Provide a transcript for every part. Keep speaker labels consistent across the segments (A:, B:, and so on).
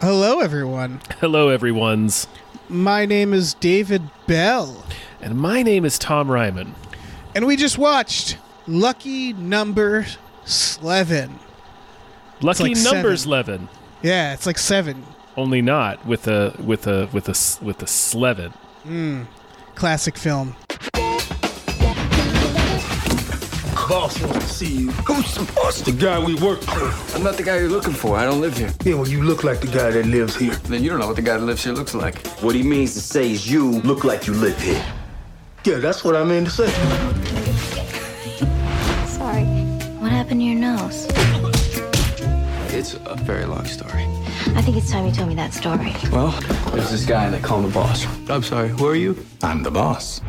A: Hello, everyone.
B: Hello, everyone's.
A: My name is David Bell,
B: And my name is Tom Ryman.
A: and we just watched Lucky Number Slevin.
B: Lucky
A: like
B: numbers,
A: seven.
B: Levin.
A: Yeah, it's like seven.
B: Only not with a with a with a s- with a slevin.
A: Classic film.
C: boss wants to see you.
D: Who's supposed
C: The guy we work for.
D: I'm not the guy you're looking for. I don't live here.
C: Yeah, well, you look like the guy that lives here.
D: Then you don't know what the guy that lives here looks like.
E: What he means to say is you look like you live here.
C: Yeah, that's what I meant to say.
F: Sorry. What happened to your nose?
D: It's a very long story.
F: I think it's time you told me that story.
D: Well, there's this guy and they call him the boss. I'm sorry, who are you?
G: I'm the boss.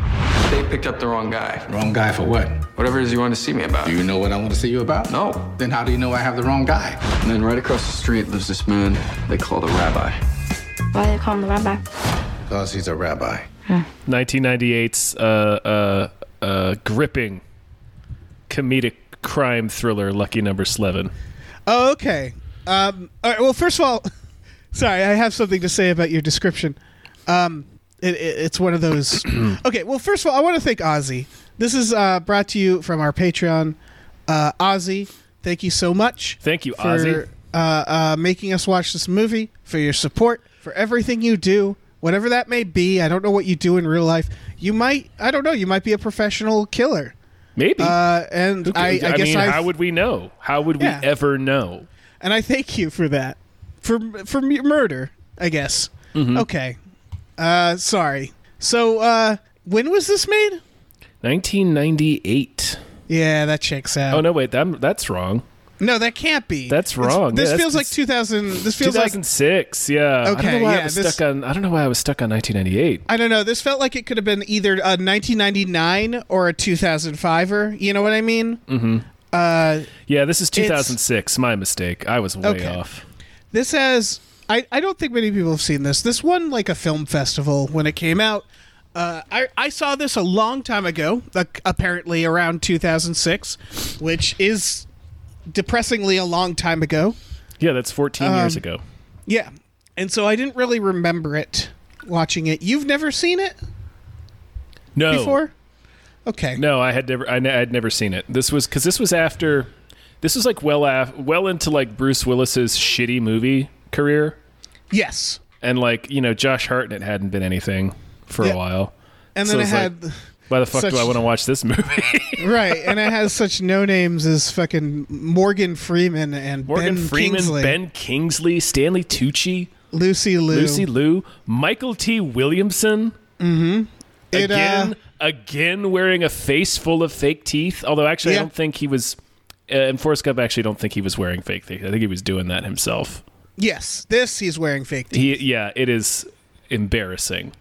D: They picked up the wrong guy.
G: Wrong guy for what?
D: Whatever it is you want to see me about.
G: Do you know what I want to see you about?
D: No.
G: Then how do you know I have the wrong guy?
D: And then right across the street lives this man they call the rabbi.
F: Why do they call him the rabbi?
G: Because he's a rabbi.
B: 1998's uh, uh, uh, gripping comedic crime thriller Lucky Number Slevin.
A: Oh, okay. Um, all right, well, first of all, sorry, I have something to say about your description. Um, it, it, it's one of those. okay, well, first of all, I want to thank Ozzy. This is uh, brought to you from our Patreon. Uh, Ozzy, thank you so much.
B: Thank you,
A: for,
B: Ozzy.
A: Uh, uh, making us watch this movie, for your support, for everything you do, whatever that may be. I don't know what you do in real life. You might, I don't know, you might be a professional killer.
B: Maybe.
A: Uh, and
B: Who ca-
A: I, I, guess
B: mean,
A: I
B: how would we know? How would
A: Yeah.
B: we ever know?
A: and I thank you for that, for for mu- murder, I guess.
B: Mm-hmm.
A: Okay, uh, sorry. So uh, when was this made?
B: 1998.
A: Yeah, that checks out.
B: Oh no, wait, that, that's wrong.
A: no, that can't be.
B: That's
A: It's-
B: wrong.
A: This
B: Yeah, that's-
A: feels like
B: this-
A: 2000. This feels like
B: 2006. yeah. I don't
A: Okay,
B: know why I
A: yeah,
B: was
A: this-
B: stuck on. I don't know why I was stuck on 1998.
A: I don't know. This felt like it could have been either a 1999 or a 2005er. You know what I mean? Mm-hmm. Uh,
B: Yeah, this is 2006. My mistake. I was way
A: Okay.
B: off.
A: this has. I, I don't think many people have seen this. This won like a film festival when it came out. Uh, I, I saw this a long time ago, like, apparently around 2006, which is depressingly a long time ago.
B: Yeah, that's 14 years
A: Um,
B: ago.
A: Yeah. And so I didn't really remember it watching it. You've never seen it
B: No.
A: before? Okay.
B: No, I had never. I ne- I'd never seen it. This was because this was after. This was like well af- well into like Bruce Willis's shitty movie career,
A: Yes.
B: and like you know Josh Hartnett hadn't been anything for
A: Yeah.
B: a while.
A: And
B: So
A: then I
B: it's
A: had.
B: Why the fuck
A: Such-
B: do I want to watch this movie?
A: right, and it has such no names as fucking Morgan Freeman and
B: Morgan
A: Ben
B: Freeman,
A: Kingsley,
B: Ben Kingsley, Stanley Tucci,
A: Lucy Liu.
B: Lucy Liu, Michael T. Williamson.
A: It, uh,
B: again, again wearing a face full of fake teeth. Although actually,
A: Yeah.
B: I don't think he was. Uh, in Forrest Gump, I actually don't think he was wearing fake teeth. I think he was doing that himself.
A: yes, this he's wearing fake teeth.
B: He, yeah, it is embarrassing.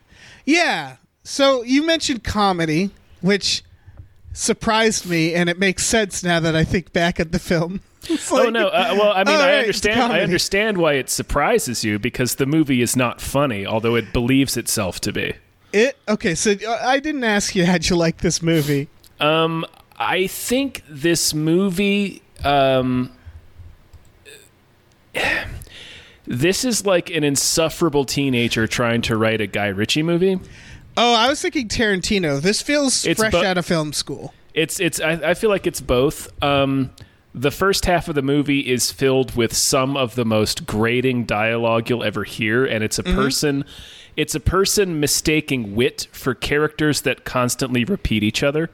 A: Yeah. So you mentioned comedy, which surprised me, and it makes sense now that I think back at the film. It's
B: Oh
A: like-
B: no! Uh, well, I mean, I
A: Oh, right, it's
B: understand. I
A: comedy.
B: understand why it surprises you because the movie is not funny, although it believes itself to be.
A: It okay. So uh, I didn't ask you how'd you like this movie.
B: I think this movie, um, this is like an insufferable teenager trying to write a Guy Ritchie movie.
A: Oh, I was thinking Tarantino. This feels
B: It's
A: fresh
B: bu-
A: out of film school.
B: It's it's. I, I feel like it's both. Um, the first half of the movie is filled with some of the most grating dialogue you'll ever hear, and it's a
A: Mm-hmm.
B: person, it's a person mistaking wit for characters that constantly repeat each other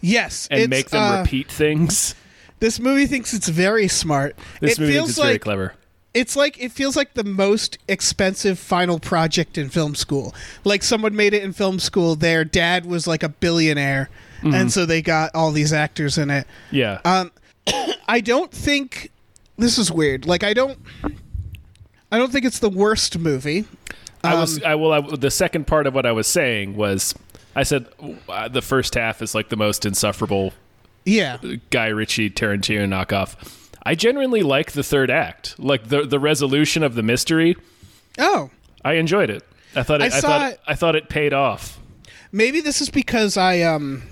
A: Yes,
B: and
A: it's,
B: make them
A: uh,
B: repeat things.
A: This movie thinks it's very smart.
B: This
A: it
B: movie
A: feels
B: is
A: like
B: very clever.
A: it's like it feels like the most expensive final project in film school. Like someone made it in film school. Their dad was like a billionaire,
B: Mm-hmm.
A: and so they got all these actors in it. Um,
B: Yeah,
A: I don't think this is weird. Like I don't, I don't think it's the worst movie.
B: I was I well I, the second part of what I was saying was I said uh, the first half is like the most insufferable
A: Yeah.
B: Guy Ritchie Tarantino knockoff. I genuinely like the third act, like the the resolution of the mystery.
A: Oh,
B: I enjoyed it. I thought it,
A: I
B: I,
A: saw
B: thought
A: it-
B: I thought it paid off.
A: maybe this is because I um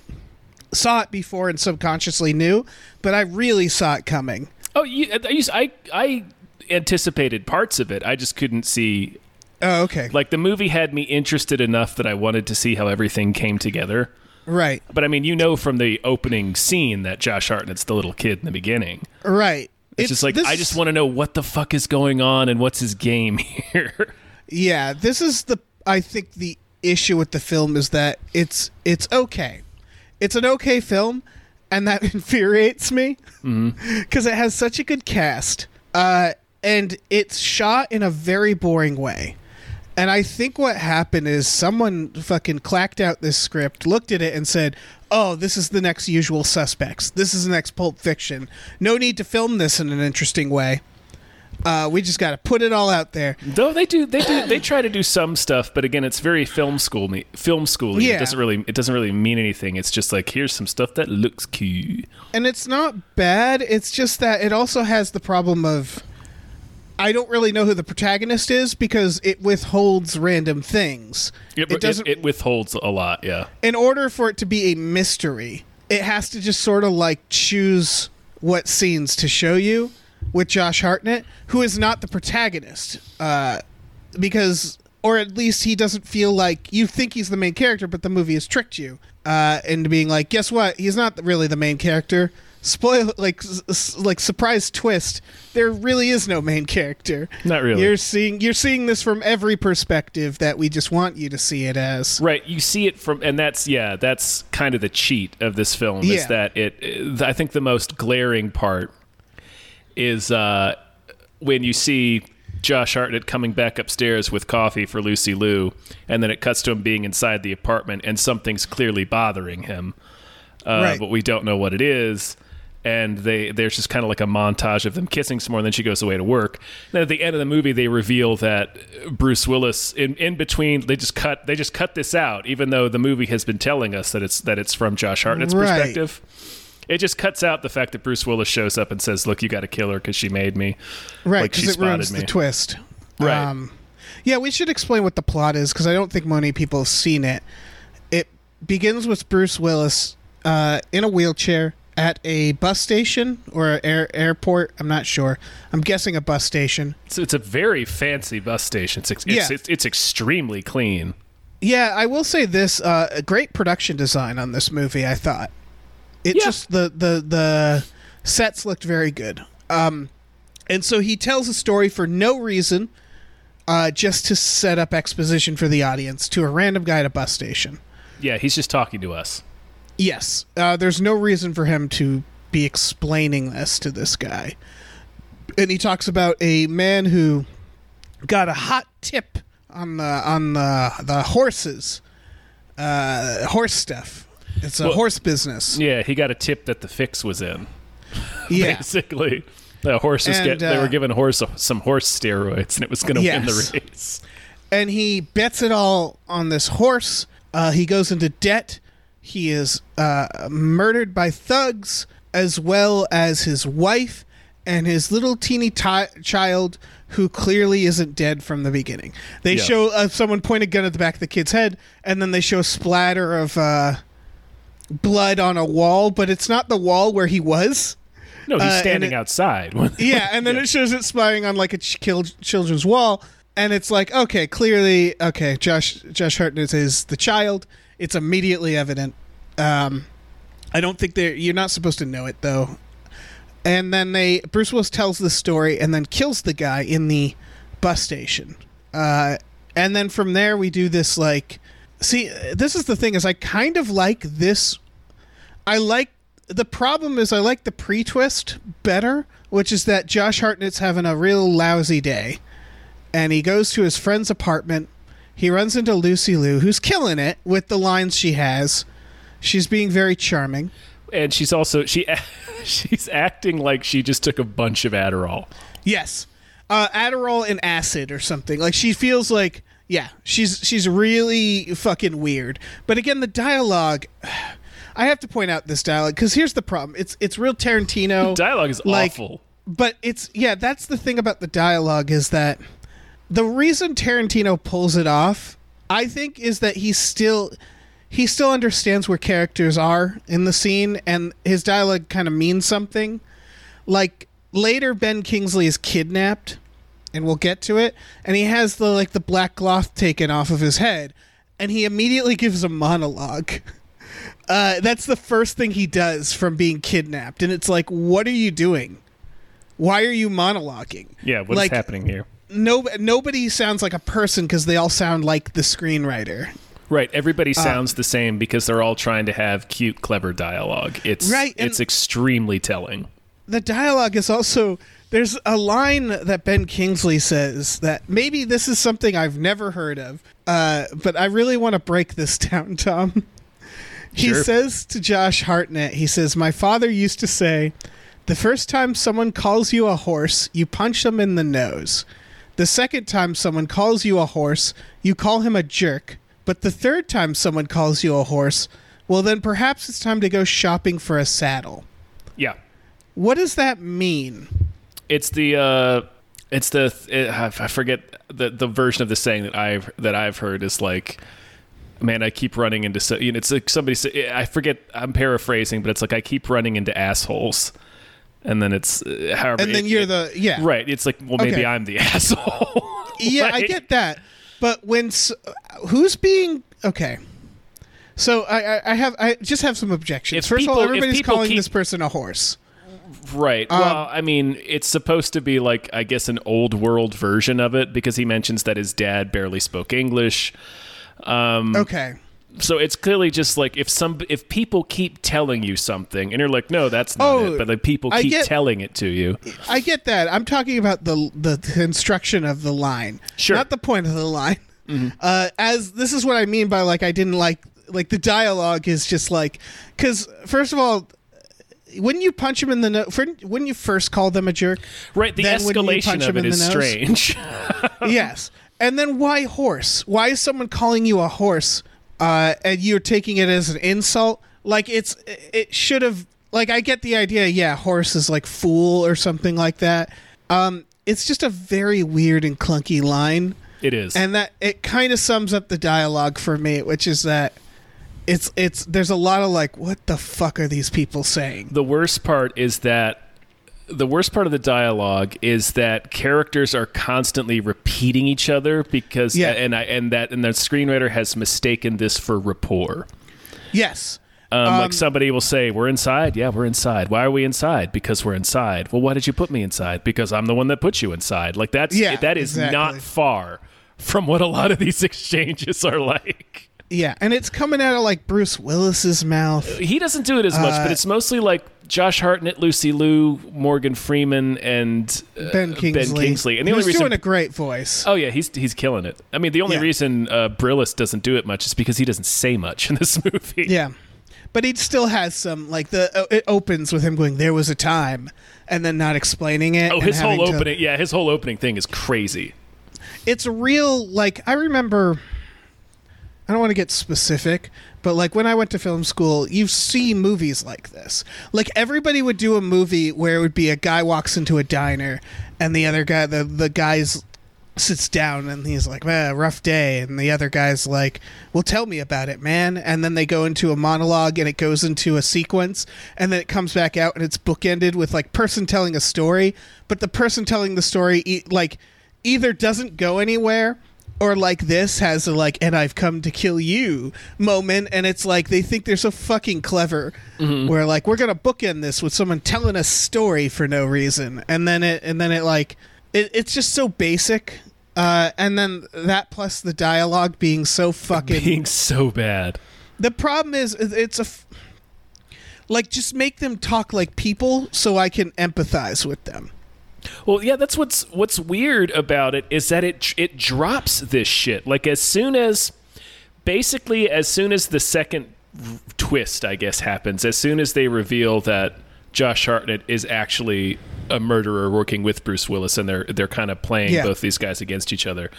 A: saw it before and subconsciously knew, but I really saw it coming.
B: Oh, you, I, used- I I anticipated parts of it. I just couldn't see
A: Oh, okay.
B: like the movie had me interested enough that I wanted to see how everything came together.
A: right.
B: But I mean, you know from the opening scene that Josh Hartnett's the little kid in the beginning.
A: Right.
B: It's, just like I just want to know what the fuck is going on and what's his game here.
A: Yeah, this is the I think the issue with the film is that it's it's okay. It's an okay film and that infuriates me because it has such a good cast. Uh and it's shot in a very boring way. And I think what happened is someone fucking clacked out this script, looked at it, and said, Oh, this is the next usual suspects. This is the next Pulp Fiction. No need to film this in an interesting way. Uh, we just got to put it all out there.
B: Though they do, they do, they try to do some stuff, but again, it's very film school, me- film school.
A: Yeah.
B: It doesn't really, it doesn't really mean anything. It's just like here's some stuff that looks cute.
A: and it's not bad. It's just that it also has the problem of I don't really know who the protagonist is because it withholds random things.
B: It,
A: It doesn't.
B: it withholds a lot. Yeah.
A: in order for it to be a mystery, it has to just sort of like choose what scenes to show you with Josh Hartnett, who is not the protagonist, uh, because or at least he doesn't feel like you think he's the main character, but the movie has tricked you uh, into being like, guess what? He's not really the main character. Spoil like s- s- like surprise twist. There really is no main character.
B: Not really.
A: You're seeing you're seeing this from every perspective that we just want you to see it as.
B: Right, you see it from, and that's yeah, that's kind of the cheat of this film
A: Yeah.
B: is that it. I think the most glaring part is uh, when you see Josh Hartnett coming back upstairs with coffee for Lucy Liu, and then it cuts to him being inside the apartment, and something's clearly bothering him, uh,
A: Right.
B: but we don't know what it is. And they there's just kind of like a montage of them kissing some more, and then she goes away to work. Then at the end of the movie, they reveal that Bruce Willis in, in between they just cut they just cut this out, even though the movie has been telling us that it's that it's from Josh Hartnett's
A: Right.
B: perspective. It just cuts out the fact that Bruce Willis shows up and says, "Look, you got to kill her because she made me."
A: right
B: Like, she
A: because it ruins
B: spotted me.
A: the twist Um,
B: Right.
A: yeah we should explain what the plot is because i don't think many people have seen it it begins with bruce willis uh, in a wheelchair at a bus station or a air- airport i'm not sure i'm guessing a bus station
B: It's, it's a very fancy bus station. It's it's,
A: Yeah.
B: it's it's extremely clean.
A: yeah i will say this uh, a great production design on this movie i thought it
B: Yeah.
A: just the the the sets looked very good um and so he tells a story for no reason uh, just to set up exposition for the audience to a random guy at a bus station.
B: Yeah, he's just talking to us.
A: Yes, uh, there's no reason for him to be explaining this to this guy. And he talks about a man who got a hot tip on the on the the horses, uh, horse stuff. It's a
B: Well-
A: horse business.
B: Yeah, he got a tip that the fix was in.
A: Yeah.
B: Basically, the horses
A: And,
B: get they
A: uh,
B: were giving horse some horse steroids, and it was going to win
A: Yes.
B: the race.
A: and he bets it all on this horse. Uh, he goes into debt. He is uh, murdered by thugs, as well as his wife and his little teeny ti child, who clearly isn't dead from the beginning. They
B: Yeah.
A: show uh, someone point a gun at the back of the kid's head, and then they show a splatter of uh, blood on a wall, but it's not the wall where he was.
B: No, he's
A: Uh, and
B: standing
A: it-
B: outside.
A: Yeah, and then it shows it spying on like a ch- kill- children's wall, and it's like, okay, clearly, okay, Josh Josh Hartnett is the child. It's immediately evident. Um, I don't think they are you're not supposed to know it though. And then they Bruce Willis tells the story and then kills the guy in the bus station. Uh, and then from there we do this like, see, this is the thing is I kind of like this I like the problem is I like the pre twist better, which is that Josh Hartnett's having a real lousy day, and he goes to his friend's apartment. He runs into Lucy Liu, who's killing it with the lines she has. She's being very charming.
B: and she's also she she's acting like she just took a bunch of Adderall.
A: Yes, uh, Adderall and acid or something. Like she feels like Yeah, she's she's really fucking weird. But again, the dialogue. I have to point out this dialogue because here's the problem. It's it's real Tarantino.
B: Dialogue is
A: like-
B: awful.
A: But it's yeah, that's the thing about the dialogue is that the reason Tarantino pulls it off, I think, is that he's still he still understands where characters are in the scene and his dialogue kind of means something. Like later Ben Kingsley is kidnapped and we'll get to it and he has the like the black cloth taken off of his head and he immediately gives a monologue. Uh, that's the first thing he does from being kidnapped and it's like what are you doing? Why are you monologuing?
B: Yeah, what's
A: like,
B: happening here?
A: No, nobody sounds like a person because they all sound like the screenwriter.
B: Right, everybody
A: Uh,
B: sounds the same because they're all trying to have cute, clever dialogue. It's
A: Right, and-
B: it's extremely telling.
A: the dialogue is also there's a line that Ben Kingsley says that maybe this is something I've never heard of, uh, but I really want to break this down, Tom. he
B: Sure.
A: says to Josh Hartnett, he says, "My father used to say, the first time someone calls you a horse, you punch them in the nose. The second time someone calls you a horse, you call him a jerk. But the third time someone calls you a horse, well, then perhaps it's time to go shopping for a saddle."
B: Yeah,
A: What does that mean?
B: it's the uh, it's the it, I forget the the version of the saying that I've that I've heard is like, man, I keep running into so you know, it's like somebody say, I forget I'm paraphrasing, but it's like I keep running into assholes, and then it's uh, however,
A: And then
B: it-
A: you're
B: it-
A: the yeah
B: right. It's like well, maybe
A: Okay.
B: I'm the asshole.
A: yeah I
B: Like-
A: get that, but when s- who's being okay? So I, I I have I just have some objections.
B: If
A: First of all,
B: people- if
A: everybody's
B: people
A: calling
B: keep-
A: this person a horse.
B: Right.
A: um,
B: well, I mean, it's supposed to be like I guess an old world version of it because he mentions that his dad barely spoke English.
A: Okay,
B: So it's clearly just like if some if people keep telling you something and you're like, no, that's not
A: Oh,
B: it, but the people
A: I
B: keep
A: get-
B: telling it to you.
A: I get that. I'm talking about the the construction of the line,
B: Sure. Mm-hmm.
A: not the point of the line. Uh, as this is what I mean by like I didn't like like the dialogue is just like because first of all. Wouldn't you punch him in the nose? Wouldn't you first call them a jerk?
B: Right. The
A: Then wouldn't you punch
B: escalation
A: him
B: of
A: in
B: it
A: the
B: is
A: nose?
B: strange.
A: yes. And then why horse? Why is someone calling you a horse uh, and you're taking it as an insult? Like it's it should have like I get the idea. Yeah, horse is like fool or something like that. Um, it's just a very weird and clunky line,
B: it is.
A: and that it kind of sums up the dialogue for me, which is that it's it's there's a lot of like what the fuck are these people saying?
B: the worst part is that the worst part of the dialogue is that characters are constantly repeating each other because
A: Yeah.
B: and I and that and the screenwriter has mistaken this for rapport.
A: Yes.
B: Um, like somebody will say, "We're inside." Yeah, we're inside. Why are we inside? Because we're inside. Well, why did you put me inside? Because I'm the one that put you inside. Like that's
A: Yeah,
B: that is
A: exactly.
B: not far from what a lot of these exchanges are like.
A: Yeah, and it's coming out of like Bruce Willis's mouth.
B: He doesn't do it as much, but
A: Uh,
B: it's mostly like Josh Hartnett, Lucy Liu, Morgan Freeman, and uh,
A: Ben Kingsley.
B: Kingsley. And the only
A: Who's
B: reason-
A: doing a great voice.
B: oh yeah, he's he's killing it. I mean, the only
A: Yeah.
B: reason uh, Brillis doesn't do it much is because he doesn't say much in this movie.
A: Yeah, but he still has some like the oh, it opens with him going there was a time and then not explaining it.
B: Oh,
A: and
B: his whole
A: having to-
B: opening. Yeah, his whole opening thing is crazy.
A: it's real. Like I remember. I don't want to get specific, but like when I went to film school, you see movies like this. Like everybody would do a movie where it would be a guy walks into a diner and the other guy, the, the guy's sits down and he's like, "Man, rough day," and the other guy's like, "Well, tell me about it, man." And then they go into a monologue and it goes into a sequence, and then it comes back out and it's bookended with like person telling a story, but the person telling the story e- like either doesn't go anywhere or like this has a like and i've come to kill you moment and it's like they think they're so fucking clever
B: Mm-hmm.
A: where like we're gonna bookend this with someone telling a story for no reason and then it and then it like it, it's just so basic uh, and then that plus the dialogue being so fucking
B: Being so bad.
A: the problem is it- it's a f- like just make them talk like people so i can empathize with them
B: Well, yeah, that's what's what's weird about it is that it it drops this shit like as soon as basically as soon as the second r- twist I guess happens, as soon as they reveal that Josh Hartnett is actually a murderer working with Bruce Willis, and they're they're kind of playing
A: Yeah.
B: both these guys against each other.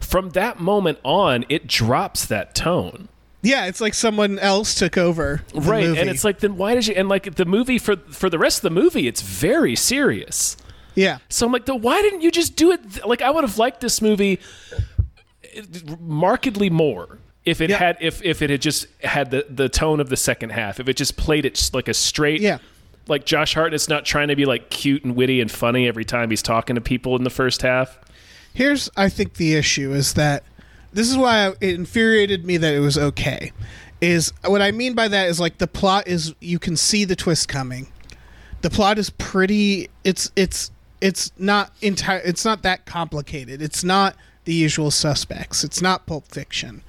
B: From that moment on, it drops that tone.
A: Yeah, it's like someone else took over. the
B: right
A: movie.
B: and it's like then why did you and like the movie for for the rest of the movie it's very serious
A: yeah,
B: so i'm like then why didn't you just do it th- like i would have liked this movie markedly more if it
A: Yeah.
B: had if if it had just had the the tone of the second half if it just played it s- like a straight
A: Yeah.
B: like josh hartnett's not trying to be like cute and witty and funny every time he's talking to people in the first half
A: here's I think the issue is that this is why it infuriated me that it was okay. Is what I mean by that is like the plot is you can see the twist coming. The plot is pretty. It's it's it's not entire. It's not that complicated. It's not the usual suspects. It's not Pulp Fiction.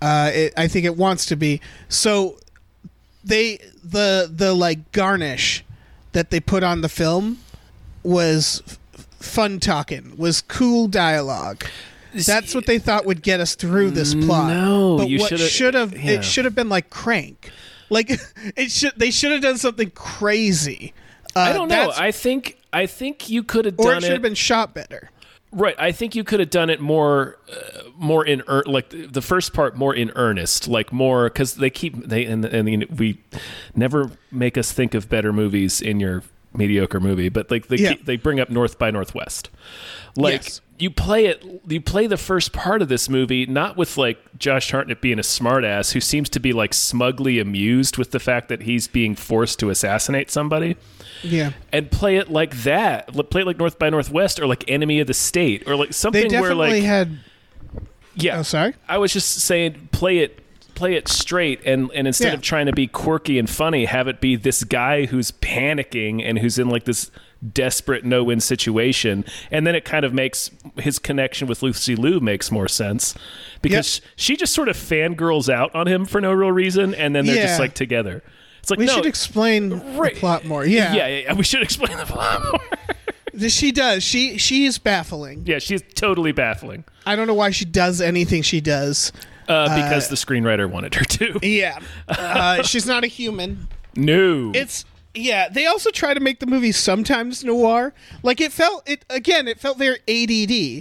A: Uh, it, I think it wants to be. So they the the like garnish that they put on the film was f- fun talking was cool dialogue that's what they thought would get us through this plot
B: Mm, No,
A: but
B: you
A: what
B: shoulda-
A: should have
B: yeah.
A: it should have been like crank like it should they should have done something crazy uh,
B: i don't know
A: that's-
B: i think i think you could have
A: or
B: done
A: it should have been shot better
B: Right, I think you could have done it more, uh, more in ear- like the the first part more in earnest, like more because they keep they and and you know, we never make us think of better movies in your mediocre movie, but like they
A: Yeah.
B: keep, they bring up North by Northwest, like
A: Yes.
B: you play it you play the first part of this movie not with like Josh Hartnett being a smartass who seems to be like smugly amused with the fact that he's being forced to assassinate somebody
A: yeah
B: and play it like that. L- Play it like North by Northwest or like Enemy of the State or like
A: they
B: something where
A: definitely
B: like
A: had
B: yeah.
A: oh sorry
B: I was just saying play it play it straight and and instead
A: Yeah.
B: of trying to be quirky and funny, have it be this guy who's panicking and who's in like this desperate no-win situation and then it kind of makes his connection with Lucy Liu makes more sense because she just sort of fangirls out on him for no real reason and then they're
A: Yeah.
B: just like together. It's like
A: we
B: no,
A: should explain
B: right.
A: the plot more yeah.
B: yeah, yeah, we should explain the plot more.
A: she does she she is baffling
B: Yeah, she's totally baffling
A: i don't know why she does anything she does
B: uh, because the screenwriter wanted her to.
A: yeah uh, she's not a human
B: No,
A: it's yeah they also try to make the movie sometimes noir like it felt it again it felt very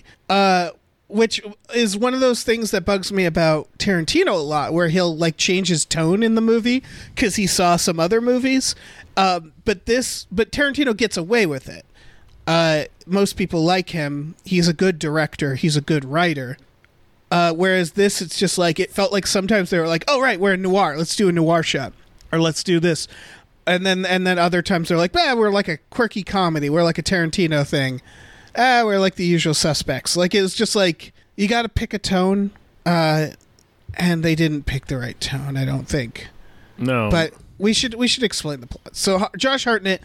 A: add uh which is one of those things that bugs me about Tarantino a lot, where he'll like change his tone in the movie because he saw some other movies. Um, but this, but Tarantino gets away with it. Uh, most people like him. He's a good director. He's a good writer. Uh, whereas this, it's just like it felt like sometimes they were like, "Oh right, we're in noir. Let's do a noir shot, or let's do this," and then and then other times they're like, "Bah, we're like a quirky comedy. We're like a Tarantino thing. Ah, we're like the usual suspects." Like it was just like you got to pick a tone, uh, and they didn't pick the right tone. I don't think
B: no,
A: but we should we should explain the plot. So Har- Josh Hartnett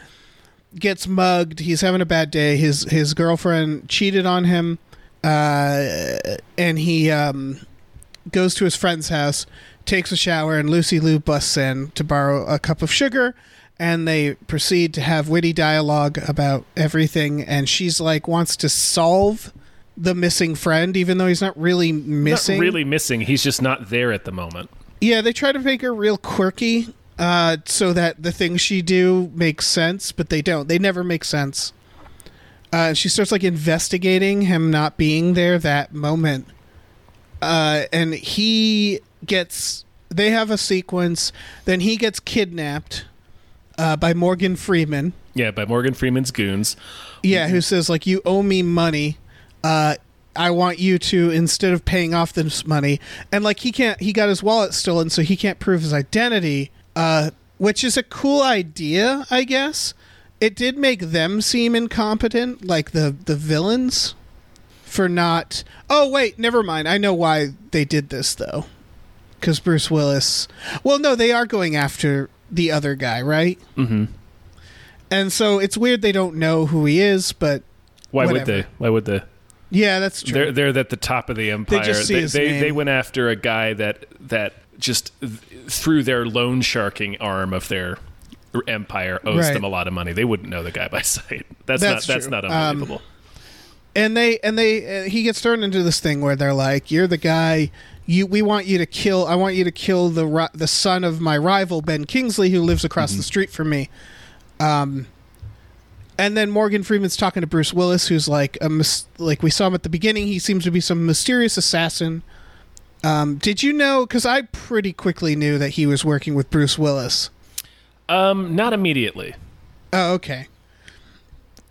A: gets mugged. He's having a bad day. His his girlfriend cheated on him, uh, and he um, goes to his friend's house, takes a shower, and Lucy Lou busts in to borrow a cup of sugar. And they proceed to have witty dialogue about everything, and she's like wants to solve the missing friend, even though he's not really
B: not
A: missing.
B: really missing. He's just not there at the moment.
A: Yeah, they try to make her real quirky, uh, so that the things she do makes sense, but they don't. They never make sense. Uh, she starts like investigating him not being there that moment, uh, and he gets. They have a sequence. Then he gets kidnapped uh, by Morgan Freeman.
B: Yeah, by Morgan Freeman's goons.
A: Yeah, who says like you owe me money. Uh, I want you to instead of paying off this money, and like he can't, he got his wallet stolen, so he can't prove his identity. Uh, which is a cool idea, I guess. It did make them seem incompetent, like the the villains, for not. Oh wait, never mind. I know why they did this though, because Bruce Willis. Well, no, they are going after the other guy, right? And so it's weird they don't know who he is, but
B: Why would
A: Whatever.
B: they? Why would they?
A: yeah, that's true.
B: They're they're at the top of the empire.
A: just see
B: they,
A: his
B: they,
A: name.
B: they went after a guy that that just th- through their loan sharking arm of their empire owes
A: Right.
B: them a lot of money. They wouldn't know the guy by sight. That's,
A: That's
B: not that's
A: true.
B: not
A: Um,
B: unbelievable.
A: and they and they uh, he gets turned into this thing where they're like, "You're the guy. You we want you to kill. I want you to kill the ri- the son of my rival Ben Kingsley, who lives across the street from me." Um, and then Morgan Freeman's talking to Bruce Willis, who's like a mis- like we saw him at the beginning. He seems to be some mysterious assassin. Um, did you know? Because I pretty quickly knew that he was working with Bruce Willis.
B: Um, not immediately.
A: Oh, okay.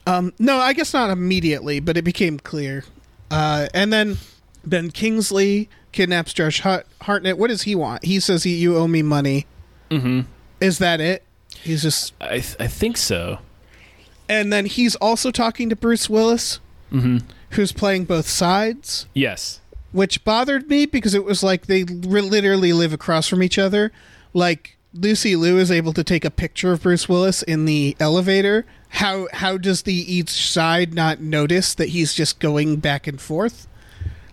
A: Um, no, I guess not immediately, but it became clear. Uh, and then Ben Kingsley kidnaps Josh Hart- Hartnett. What does he want? He says, he, "You owe me money." Mm-hmm. Is that it? He's just,
B: I th- I think so.
A: and then he's also talking to Bruce Willis, who's playing both sides,
B: Yes.
A: which bothered me because it was like they li- literally live across from each other. Like Lucy Liu is able to take a picture of Bruce Willis in the elevator. How how does the each side not notice that he's just going back and forth?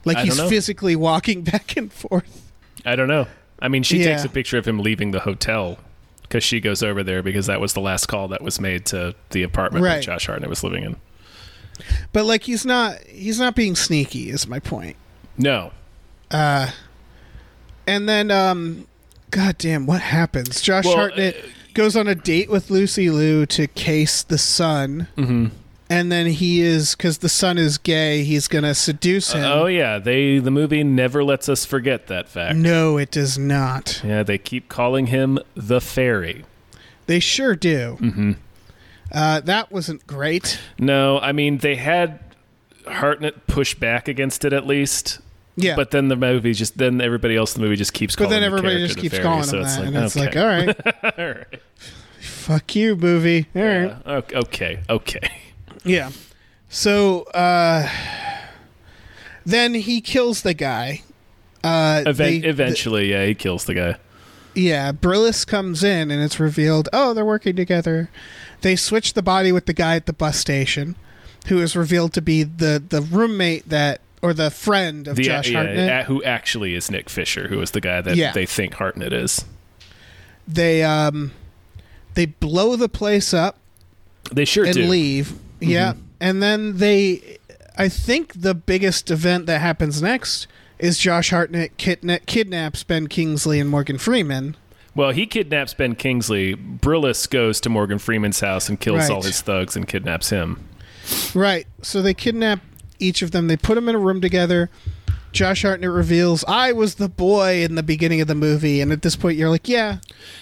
A: Like
B: I don't
A: he's
B: know.
A: physically walking back and forth.
B: I don't know. I mean, she takes
A: Yeah.
B: a picture of him leaving the hotel because she goes over there because that was the last call that was made to the apartment that
A: Right.
B: Josh Hartnett was living in.
A: But like he's not he's not being sneaky is my point.
B: No.
A: And then, um, goddamn, what happens? Josh
B: Well, uh,
A: Hartnett goes on a date with Lucy Liu to case the son. Mm-hmm. And then he is, because the son is gay, he's going to seduce him.
B: Oh yeah, they the movie never lets us forget that fact.
A: No, it does not.
B: Yeah, they keep calling him the fairy.
A: They sure do. Mm-hmm. Uh, that wasn't great.
B: No, I mean they had Hartnett push back against it at least.
A: Yeah.
B: But then the movie just then everybody else in the movie just keeps
A: But
B: calling
A: then
B: the
A: everybody
B: character
A: just
B: the
A: keeps
B: fairy,
A: calling him
B: so it's
A: that.
B: like,
A: and it's
B: okay.
A: like, all right,
B: All right.
A: fuck you, movie. All right.
B: Uh, ok- okay, okay.
A: Yeah. So uh, then he kills the guy. Uh,
B: Even-
A: they-
B: eventually, yeah, he kills the guy.
A: Yeah, Brillis comes in and it's revealed, oh, they're working together. They switch the body with the guy at the bus station, who is revealed to be the, the roommate that, or the friend of
B: The
A: Josh
B: yeah,
A: Hartnett.
B: a- who actually is Nick Fisher, who is the guy that
A: Yeah.
B: they think Hartnett is.
A: They um, they blow the place up
B: They sure
A: and
B: do.
A: leave. Yeah,
B: Mm-hmm.
A: and then they, I think the biggest event that happens next is Josh Hartnett kidna- kidnaps Ben Kingsley and Morgan Freeman.
B: Well, he kidnaps Ben Kingsley. Brillis goes to Morgan Freeman's house and kills
A: Right.
B: all his thugs and kidnaps him.
A: Right. So they kidnap each of them. They put them in a room together. Josh Hartnett reveals, "I was the boy in the beginning of the movie," and at this point, you're like, "Yeah,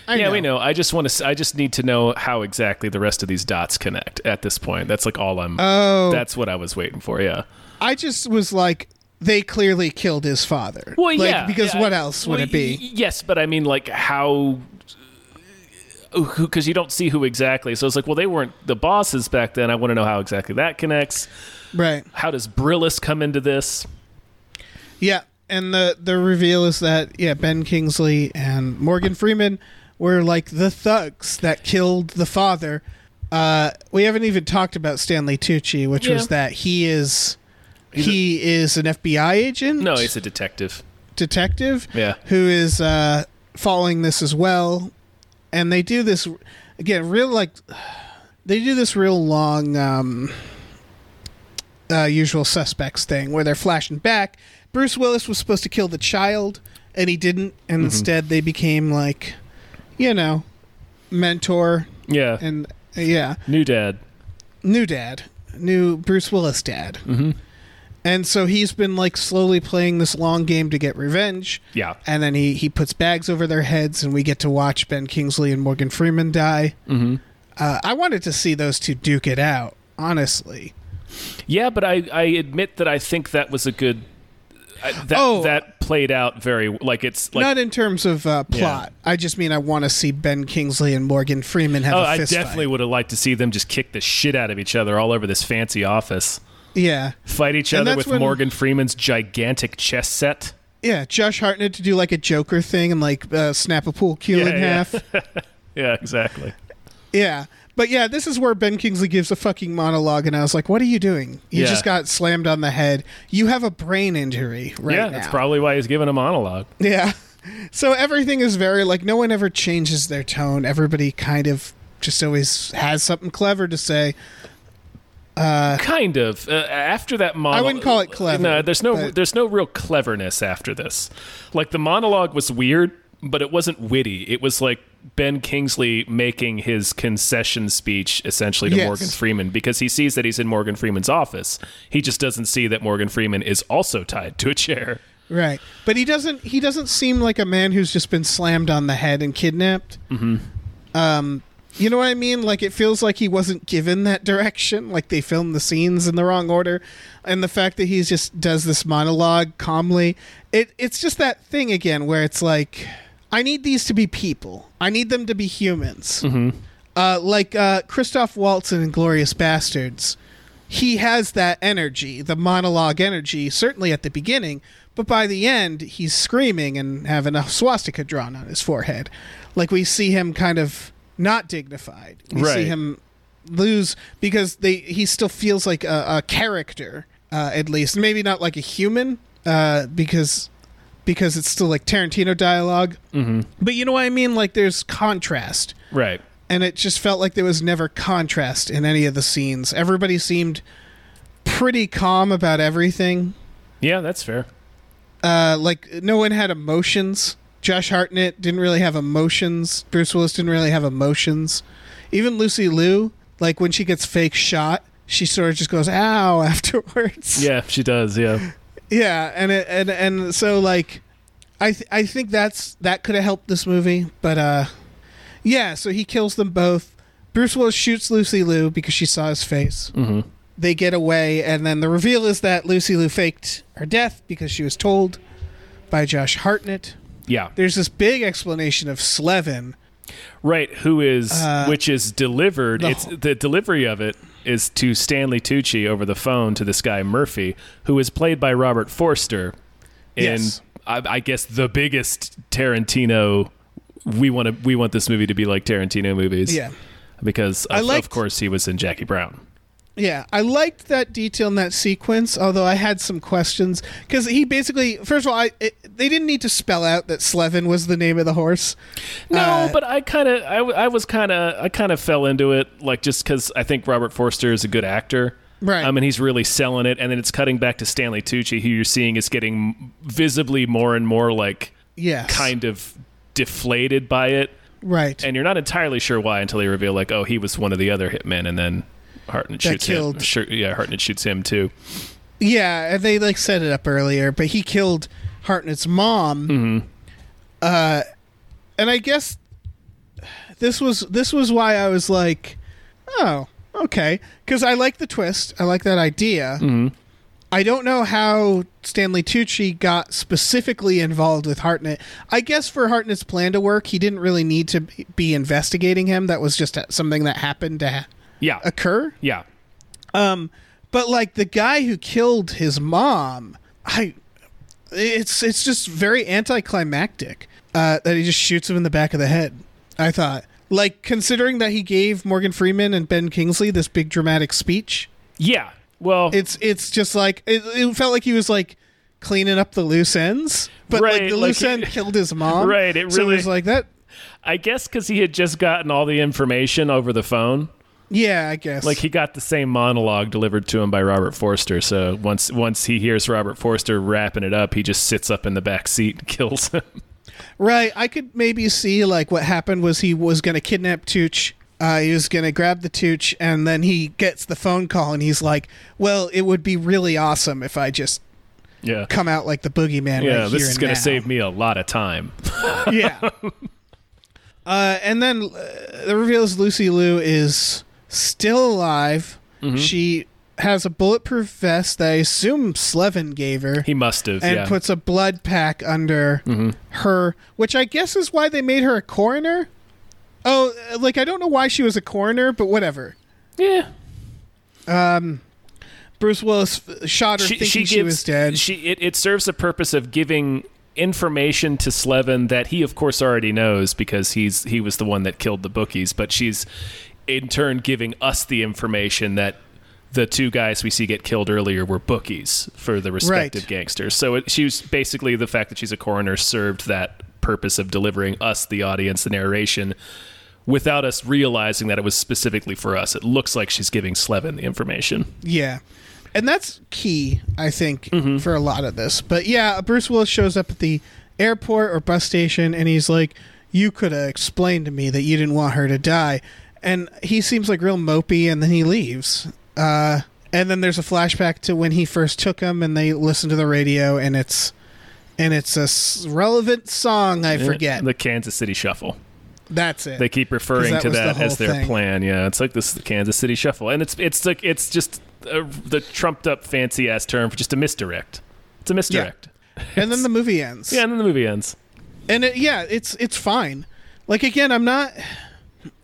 A: I
B: yeah,
A: know.
B: we know. I just want to. I just need to know how exactly the rest of these dots connect at this point. That's like all I'm.
A: Oh.
B: that's what I was waiting for. Yeah.
A: I just was like, they clearly killed his father.
B: Well,
A: like,
B: yeah.
A: because
B: yeah,
A: what
B: I-
A: else would
B: well,
A: it be?
B: y- y- Yes, but I mean, like how. Because you don't see who exactly, so it's like, well, they weren't the bosses back then. I want to know how exactly that connects.
A: right?
B: How does Brillis come into this?
A: Yeah, and the the reveal is that yeah, Ben Kingsley and Morgan Freeman were like the thugs that killed the father. Uh, we haven't even talked about Stanley Tucci, which
B: Yeah.
A: was that he is he is an FBI agent.
B: No, he's a detective.
A: detective.
B: Yeah.
A: who is uh, following this as well, and they do this again. Real like they do this real long um, uh, usual suspects thing where they're flashing back. Bruce Willis was supposed to kill the child, and he didn't, and instead they became like, you know, mentor
B: Yeah,
A: and uh, yeah,
B: new dad.
A: new dad, new Bruce Willis dad. Mm-hmm. And so he's been like slowly playing this long game to get revenge.
B: Yeah.
A: And then he, he puts bags over their heads, and we get to watch Ben Kingsley and Morgan Freeman die. Mm-hmm. Uh, I wanted to see those two duke it out, honestly.
B: Yeah, but I, I admit that I think that was a good. I, that,
A: Oh.
B: that played out very like it's like
A: Not in terms of uh, plot. I just mean I want to see Ben Kingsley and Morgan Freeman have
B: oh,
A: a
B: I
A: fist
B: definitely would have liked to see them just kick the shit out of each other all over this fancy office,
A: fight. Yeah.
B: fight each
A: And
B: other
A: that's
B: with
A: when-
B: Morgan Freeman's gigantic chess set.
A: Yeah. Josh Hartnett to do like a Joker thing and like uh, snap a pool cue
B: Yeah,
A: in
B: yeah.
A: half.
B: Yeah, exactly.
A: Yeah. But yeah, this is where Ben Kingsley gives a fucking monologue, and I was like, "What are you doing? You
B: Yeah.
A: just got slammed on the head. You have a brain injury right
B: yeah,
A: now."
B: that's probably why he's giving a monologue.
A: yeah. So everything is very like no one ever changes their tone. Everybody kind of just always has something clever to say.
B: kind of uh, after that monologue.
A: I wouldn't call it clever,
B: No, there's no
A: but-
B: there's no real cleverness after this. Like the monologue was weird, but it wasn't witty. It was like Ben Kingsley making his concession speech essentially to
A: Yes.
B: Morgan Freeman because he sees that he's in Morgan Freeman's office. He just doesn't see that Morgan Freeman is also tied to a chair.
A: Right, but he doesn't. He doesn't seem like a man who's just been slammed on the head and kidnapped. Mm-hmm. Um, you know what I mean? Like it feels like he wasn't given that direction. Like they filmed the scenes in the wrong order, and the fact that he just does this monologue calmly, it it's just that thing again where it's like, I need these to be people. I need them to be humans. Uh, like uh, Christoph Waltz in *Inglorious Bastards*. he has that energy, the monologue energy, certainly at the beginning, but by the end, he's screaming and having a swastika drawn on his forehead. Like we see him kind of not dignified. We see
B: Right.
A: him lose because they he still feels like a, a character, uh, at least maybe not like a human, uh, because because it's still like Tarantino dialog Mm-hmm. But you know what I mean? Like there's contrast
B: Right.
A: and it just felt like there was never contrast in any of the scenes. Everybody seemed pretty calm about everything.
B: Yeah, that's fair.
A: Uh, like no one had emotions. Josh Hartnett didn't really have emotions. Bruce Willis didn't really have emotions. Even Lucy Liu, like when she gets fake shot, she sort of just goes "ow" afterwards.
B: Yeah, she does. Yeah.
A: Yeah, and it, and and so like, I th- I think that's that could have helped this movie, but uh, yeah. So he kills them both. Bruce Willis shoots Lucy Liu because she saw his face. Mm-hmm. They get away, and then the reveal is that Lucy Liu faked her death because she was told by Josh Hartnett.
B: Yeah.
A: There's this big explanation of Slevin.
B: Right, who is which is delivered?
A: Uh, the
B: it's
A: whole-
B: the delivery of it is to Stanley Tucci over the phone to this guy Murphy, who is played by Robert Forster in
A: Yes.
B: I, I guess the biggest Tarantino. We want to we want this movie to be like Tarantino movies,
A: Yeah.
B: because of,
A: I liked-
B: of course he was in Jackie Brown.
A: Yeah, I liked that detail in that sequence, although I had some questions because he basically, first of all, I, it, they didn't need to spell out that Slevin was the name of the horse.
B: No,
A: Uh,
B: but I kind of I, w- I was kind of I kind of fell into it like just because I think Robert Forster is a good actor.
A: Right.
B: I mean, he's really selling it, and then it's cutting back to Stanley Tucci, who you're seeing is getting visibly more and more like
A: Yes,
B: kind of deflated by it,
A: right.
B: and you're not entirely sure why until they reveal like, oh, he was one of the other hitmen, and then Hartnett
A: That
B: shoots him.
A: killed-
B: Sure, yeah, Hartnett shoots him too.
A: yeah, and they like set it up earlier, but he killed Hartnett's mom. Uh, and I guess this was this was why I was like, oh, okay, because I like the twist. I like that idea. I don't know how Stanley Tucci got specifically involved with Hartnett. I guess for Hartnett's plan to work, he didn't really need to be- be investigating him. That was just something that happened to ha-
B: Yeah,
A: occur.
B: yeah,
A: But like the guy who killed his mom, I it's it's just very anticlimactic uh, that he just shoots him in the back of the head. I thought, like considering that he gave Morgan Freeman and Ben Kingsley this big dramatic speech,
B: yeah. Well,
A: it's it's just like it, it felt like he was like cleaning up the loose ends, but
B: Right,
A: like the
B: like
A: loose
B: he-
A: end killed his mom.
B: Right, it
A: so
B: really-
A: was like that.
B: I guess because he had just gotten all the information over the phone.
A: Yeah, I guess.
B: Like he got the same monologue delivered to him by Robert Forster. So once once he hears Robert Forster wrapping it up, he just sits up in the back seat and kills him.
A: Right. I could maybe see like what happened was he was going to kidnap Tooch. Uh, he was going to grab the Tooch, and then he gets the phone call, and he's like, "Well, it would be really awesome if I just
B: Yeah.
A: come out like the boogeyman."
B: yeah,
A: right
B: this
A: here
B: is
A: and
B: going
A: now."
B: to save me a lot of time.
A: yeah. Uh, and then uh, the reveal is Lucy Liu is still alive.
B: Mm-hmm.
A: She has a bulletproof vest that I assume Slevin gave her
B: He must have.
A: and
B: yeah. Mm-hmm.
A: puts a blood pack under her, which I guess is why they made her a coroner. Oh, uh, like I don't know why she was a coroner, but whatever.
B: yeah.
A: Bruce Willis f- shot her
B: She,
A: thinking
B: she
A: she,
B: gives
A: was dead.
B: She it, it serves the purpose of giving information to Slevin that he of course already knows because he's he was the one that killed the bookies, but she's in turn giving us the information that the two guys we see get killed earlier were bookies for the respective
A: Right.
B: gangsters. So it, she was basically the fact that she's a coroner served that purpose of delivering us the audience the narration without us realizing that it was specifically for us. It looks like she's giving Slevin the information.
A: yeah, and that's key, I think,
B: Mm-hmm.
A: for uh, a lot of this. But yeah, Bruce Willis shows up at the airport or bus station, and he's like, you could have explained to me that you didn't want her to die. And he seems like real mopey, and then he leaves. Uh, and then there's a flashback to when he first took him, and they listen to the radio, and it's and it's a s- relevant song. I forget.
B: the Kansas City Shuffle.
A: That's it.
B: They keep
A: 'Cause
B: referring
A: that
B: to
A: was the
B: that
A: whole
B: as their
A: thing.
B: plan. Yeah, it's like this the Kansas City Shuffle, and it's it's like it's just uh the trumped up fancy ass term for just a misdirect. It's a misdirect.
A: and then the movie ends.
B: Yeah, and then the movie ends.
A: and it, yeah, it's it's fine. Like again, I'm not.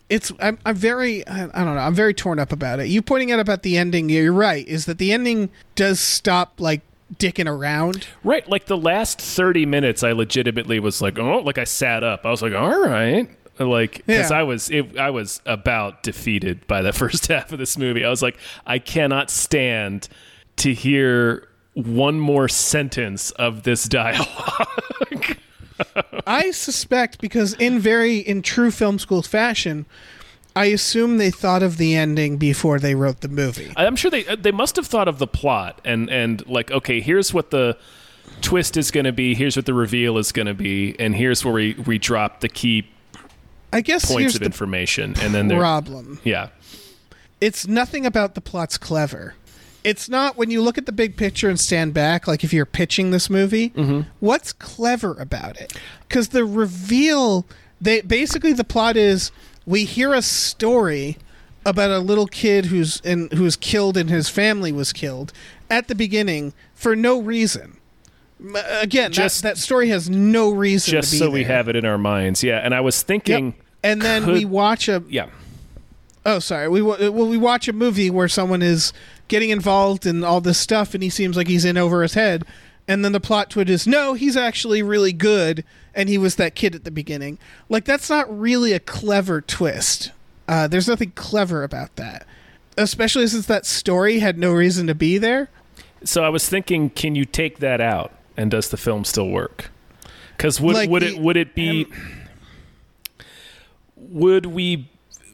A: It's I'm I'm very I I don't know I'm very torn up about it. You pointing out about the ending. You're right. Is that the ending does stop like dicking around?
B: Right, like the last thirty minutes, I legitimately was like, oh, like I sat up. I was like, all right, like because
A: Yeah.
B: I was it, I was about defeated by the first half of this movie. I was like, I cannot stand to hear one more sentence of this dialogue.
A: I suspect because in very in true film school fashion, I assume they thought of the ending before they wrote the movie.
B: I'm sure they uh, they must have thought of the plot and and like okay, here's what the twist is going to be, here's what the reveal is going to be, and here's where we we drop the key
A: I guess
B: points
A: here's
B: of
A: the
B: information, and then they're
A: problem.
B: yeah.
A: it's nothing about the plot's clever. It's not when you look at the big picture and stand back, like if you're pitching this movie,
B: Mm-hmm.
A: what's clever about it? Because the reveal, they basically the plot is we hear a story about a little kid who's in who's killed and his family was killed at the beginning for no reason. M- Again,
B: Just-
A: that, that story has no reason. to
B: Just
A: be
B: so we
A: there.
B: have it in our minds, yeah. And I was
A: Yep.
B: thinking,
A: And then
B: could-
A: we watch a
B: yeah.
A: Oh, sorry. We wa- well, we watch a movie where someone is getting involved in all this stuff, and he seems like he's in over his head. And then the plot twist is no, he's actually really good, and he was that kid at the beginning. Like that's not really a clever twist. Uh, there's nothing clever about that, especially since that story had no reason to be there.
B: So I was thinking, can you take that out, and does the film still work? Because would
A: Like
B: would
A: the-
B: it would it be would we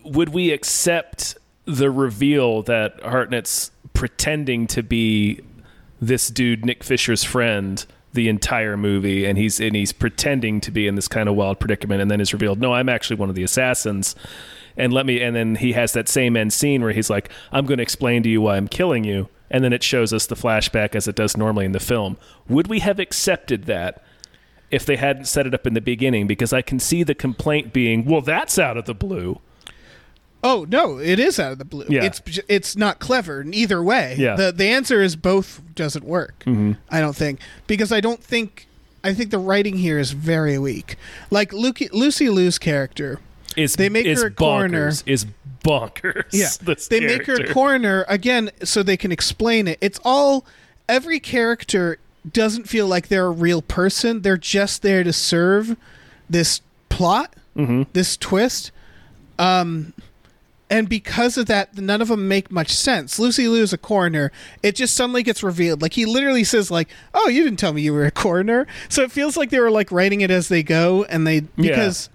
B: would we accept the reveal that Hartnett's pretending to be this dude Nick Fisher's friend the entire movie and he's and he's pretending to be in this kind of wild predicament and then is revealed no I'm actually one of the assassins and let me and then he has that same end scene where he's like I'm going to explain to you why I'm killing you and then it shows us the flashback as it does normally in the film would we have accepted that if they hadn't set it up in the beginning because I can see the complaint being, well, that's out of the blue.
A: Oh no, it is out of the blue.
B: Yeah.
A: It's it's not clever in either way.
B: Yeah. Mm-hmm.
A: The the answer is both doesn't work. I don't think because I don't think I think the writing here is very weak. Like Lucy Lucy Liu's character.
B: Is
A: They make
B: is
A: her a
B: bonkers,
A: coroner.
B: Is bonkers. this
A: they make her
B: character.
A: a coroner again so they can explain it. It's all every character doesn't feel like they're a real person. They're just there to serve this plot,
B: Mm-hmm.
A: this twist. Um, and because of that, none of them make much sense. Lucy Liu is a coroner. It just suddenly gets revealed. Like he literally says, "Like, oh, you didn't tell me you were a coroner." So it feels like they were like writing it as they go, and they because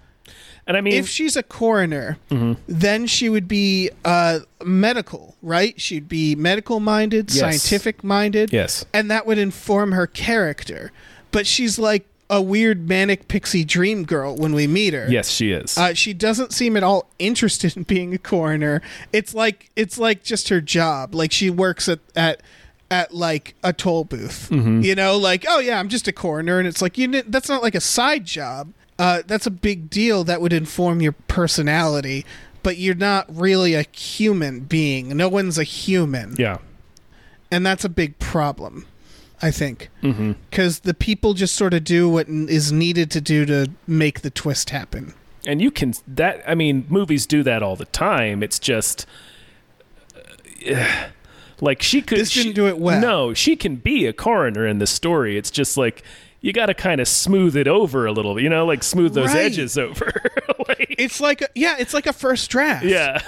B: And I mean,
A: if she's a coroner,
B: Mm-hmm.
A: then she would be uh, medical, right? She'd be medical minded,
B: Yes.
A: scientific minded.
B: Yes.
A: And that would inform her character. But she's like a weird manic pixie dream girl when we meet her.
B: yes, she is.
A: Uh, she doesn't seem at all interested in being a coroner. It's like it's like just her job. Like she works at at at like a toll booth. You know, like oh yeah, I'm just a coroner, and it's like you didn't, that's not like a side job. Uh, that's a big deal that would inform your personality, but you're not really a human being. No one's a human
B: yeah.
A: and that's a big problem i think because the people just sort of do what n- is needed to do to make the twist happen
B: And you can, that, I mean, movies do that all the time. It's just, uh, like, she could.
A: This didn't
B: she-
A: do it well.
B: No, she can be a coroner in this story. It's just like, you got to kind of smooth it over a little bit, you know, like smooth those
A: Right.
B: edges over. like,
A: it's like a, yeah it's like a first draft
B: yeah.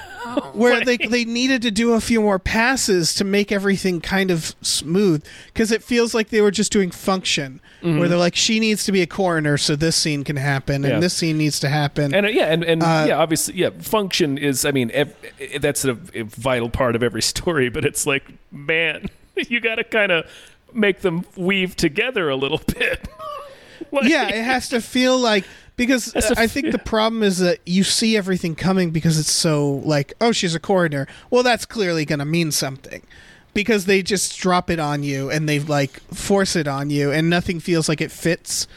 A: where they, they needed to do a few more passes to make everything kind of smooth because it feels like they were just doing function where they're like she needs to be a coroner so this scene can happen
B: Mm-hmm. Yeah.
A: and this scene needs to happen
B: and uh, yeah, and, and yeah, obviously, yeah. Function is, I mean, ev- eh, that's a, a vital part of every story. But it's like, man, you got to kind of make them weave together a little bit. Like-
A: yeah, it has to feel like because
B: That's a
A: I
B: f-
A: think
B: yeah.
A: the problem is that you see everything coming because it's so like, oh, she's a coroner. Well, that's clearly going to mean something because they just drop it on you and they like force it on you, and nothing feels like it fits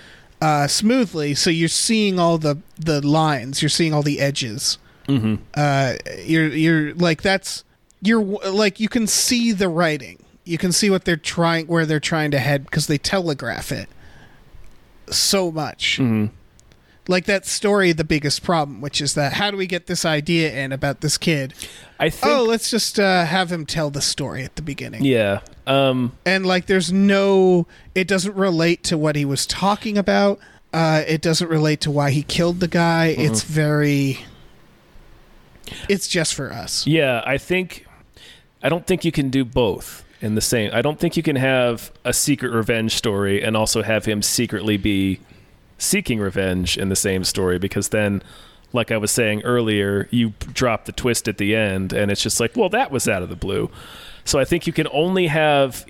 A: uh, smoothly. So you're seeing all the the lines, you're seeing all the edges. Mm-hmm. Uh, you're you're like that's you're w- like you can see the writing. You can see what they're trying, where they're trying to head, because they telegraph it so much
B: Mm-hmm.
A: like that story the biggest problem which is that how do we get this idea in about this kid
B: I think.
A: oh let's just uh, have him tell the story at the beginning
B: yeah. Um,
A: and like there's no it doesn't relate to what he was talking about uh, it doesn't relate to why he killed the guy
B: Mm-hmm.
A: it's very it's just for us
B: yeah. I think. I don't think you can do both in the same. I don't think you can have a secret revenge story and also have him secretly be seeking revenge in the same story because then. Like I was saying earlier, you drop the twist at the end, and it's just like, well, that was out of the blue. So I think you can only have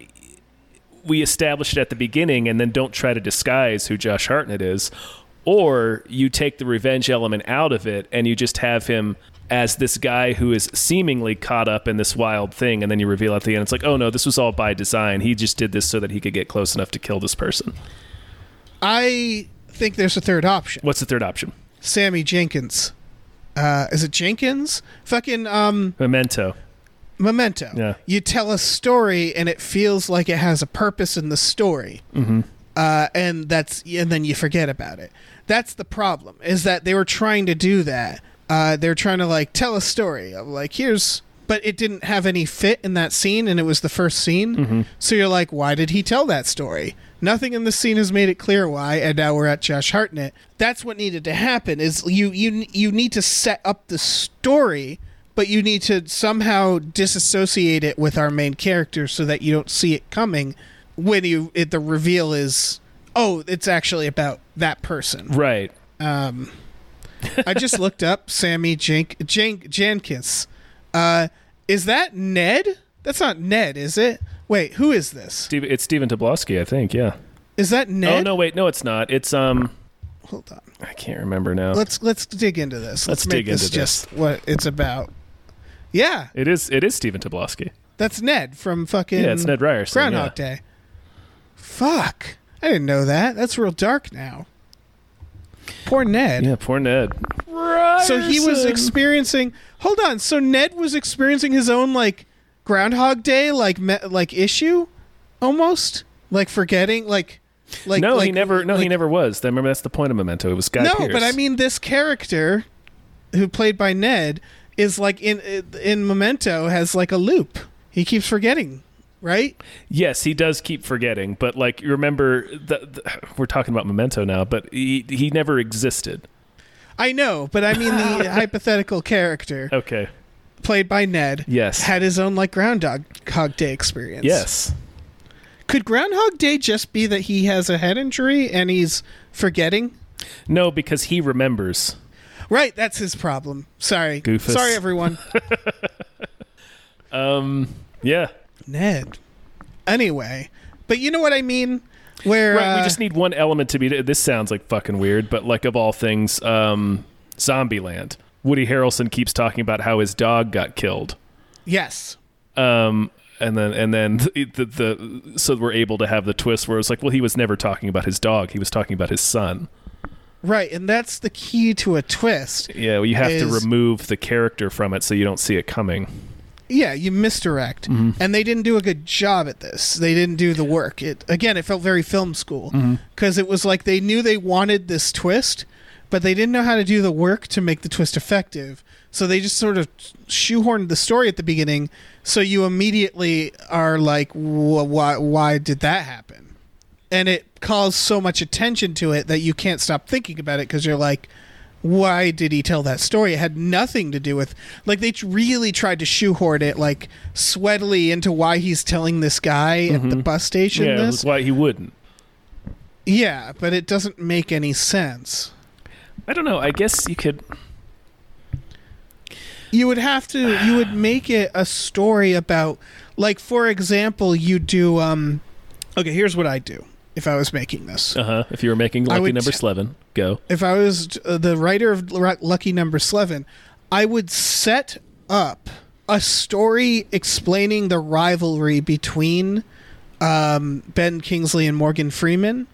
B: we establish it at the beginning and then don't try to disguise who Josh Hartnett is, or you take the revenge element out of it and you just have him as this guy who is seemingly caught up in this wild thing, and then you reveal at the end it's like, oh no, this was all by design. He just did this so that he could get close enough to kill this person.
A: i think there's a third option
B: What's the third option?
A: sammy jenkins uh, is it jenkins fucking um
B: Memento.
A: Memento.
B: Yeah.
A: You tell a story and it feels like it has a purpose in the story. Mm-hmm. Uh, and that's and then you forget about it. That's the problem. Is that they were trying to do that. Uh, they're trying to like tell a story of like here's but it didn't have any fit in that scene and it was the first scene. So you're like why did he tell that story? Nothing in the scene has made it clear why and now we're at Josh Hartnett. That's what needed to happen is you you you need to set up the story but you need to somehow disassociate it with our main character so that you don't see it coming when you it, the reveal is oh it's actually about that person
B: Right.
A: i just looked up sammy jank jank jankis uh is that ned that's not ned is it wait who is this
B: Steve, it's Steven Tobolowsky, I think. Yeah.
A: is that ned
B: Oh no, wait, no, it's not. It's um,
A: hold on
B: I can't remember now.
A: let's let's dig into this let's,
B: Let's
A: make
B: dig
A: this
B: into this.
A: just what it's about yeah
B: it is. It is Steven Tobolowsky.
A: That's Ned from fucking
B: Yeah, it's Ned Ryerson,
A: Groundhog
B: yeah.
A: Day. Fuck, I didn't know that. That's real dark now. Poor Ned.
B: Yeah, poor Ned.
A: So he was experiencing. Hold on. So Ned was experiencing his own like Groundhog Day like me, like issue, almost like forgetting like like
B: no, he
A: like-
B: never. No, he
A: like-
B: never was. Then remember that's the point of Memento. It was Guy
A: No,
B: Pearce.
A: but I mean this character, who played by Ned, is like in in Memento has like a loop. He keeps forgetting, right?
B: yes, he does keep forgetting. But like, you remember, the, the, we're talking about Memento now, but he he never existed.
A: I know, but I mean the hypothetical character
B: Okay.
A: played by Ned.
B: Yes.
A: had his own like Groundhog Hog Day experience.
B: Yes.
A: could Groundhog Day just be that he has a head injury and he's forgetting?
B: No, because he remembers.
A: Right, that's his problem. Sorry,
B: Goofus.
A: sorry everyone.
B: Yeah.
A: Ned. Anyway, but you know what I mean. Where
B: Right. we
A: uh,
B: just need one element to be. This sounds like fucking weird, but like of all things, um, Zombieland. Woody Harrelson keeps talking about how his dog got killed.
A: uh, yes,
B: um and then and then the, the, the so we're able to have the twist where it's like well he was never talking about his dog he was talking about his son
A: right, and that's the key to a twist.
B: yeah well, you have to
A: Is-
B: remove the character from it so you don't see it coming
A: Yeah, you misdirect, and they didn't do a good job at this. They didn't do the work. It again, it felt very film school because it was like they knew they wanted this twist, but they didn't know how to do the work to make the twist effective. So they just sort of shoehorned the story at the beginning, so you immediately are like, "Wh- "Why? Why did that happen?" And it calls so much attention to it that you can't stop thinking about it because you're like, why did he tell that story? It had nothing to do with like they really tried to shoehorn it like sweatily into why he's telling this guy at the bus station
B: yeah
A: this.
B: that's why he wouldn't
A: Yeah, but it doesn't make any sense.
B: i don't know i guess you could
A: You would have to you would make it a story about like for example, you do um okay, here's what I do. if I was making this.
B: Uh huh. If you were making Lucky
A: would
B: Number
A: t-
B: Eleven, go.
A: If I was uh, the writer of Lu- Lucky Number Eleven, I would set up a story explaining the rivalry between um, Ben Kingsley and Morgan Freeman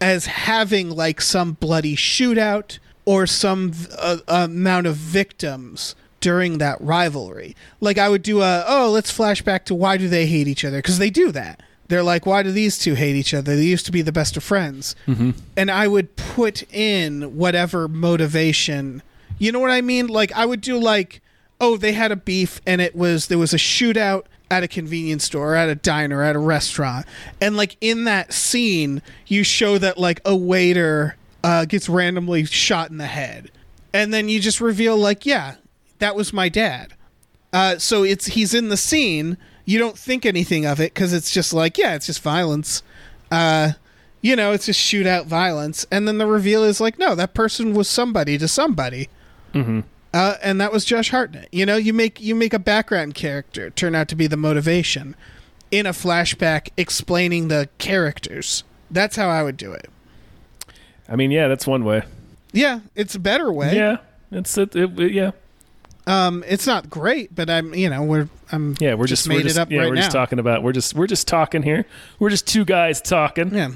A: as having like some bloody shootout or some uh, amount of victims during that rivalry. Like I would do a oh let's flash back to why do they hate each other because they do that. They're like why do these two hate each other? They used to be the best of friends, and I would put in whatever motivation. You know what I mean? Like I would do like oh they had a beef and it was there was a shootout at a convenience store at a diner at a restaurant and like in that scene you show that like a waiter uh, gets randomly shot in the head and then you just reveal like yeah that was my dad uh, so it's he's in the scene you don't think anything of it because it's just like yeah it's just violence uh, you know it's just shootout violence and then the reveal is like no that person was somebody to somebody uh, and that was Josh Hartnett. You know, you make you make a background character turn out to be the motivation in a flashback explaining the characters. That's how I would do it.
B: I mean, yeah, that's one way.
A: Yeah, it's a better way.
B: Yeah, it's it, it, yeah,
A: Um, it's not great, but I'm you know we're I'm
B: yeah. We're just,
A: made
B: we're just,
A: it up
B: yeah,
A: right
B: we're
A: now.
B: just talking about we're just we're just talking here. We're just two guys talking.
A: Yeah.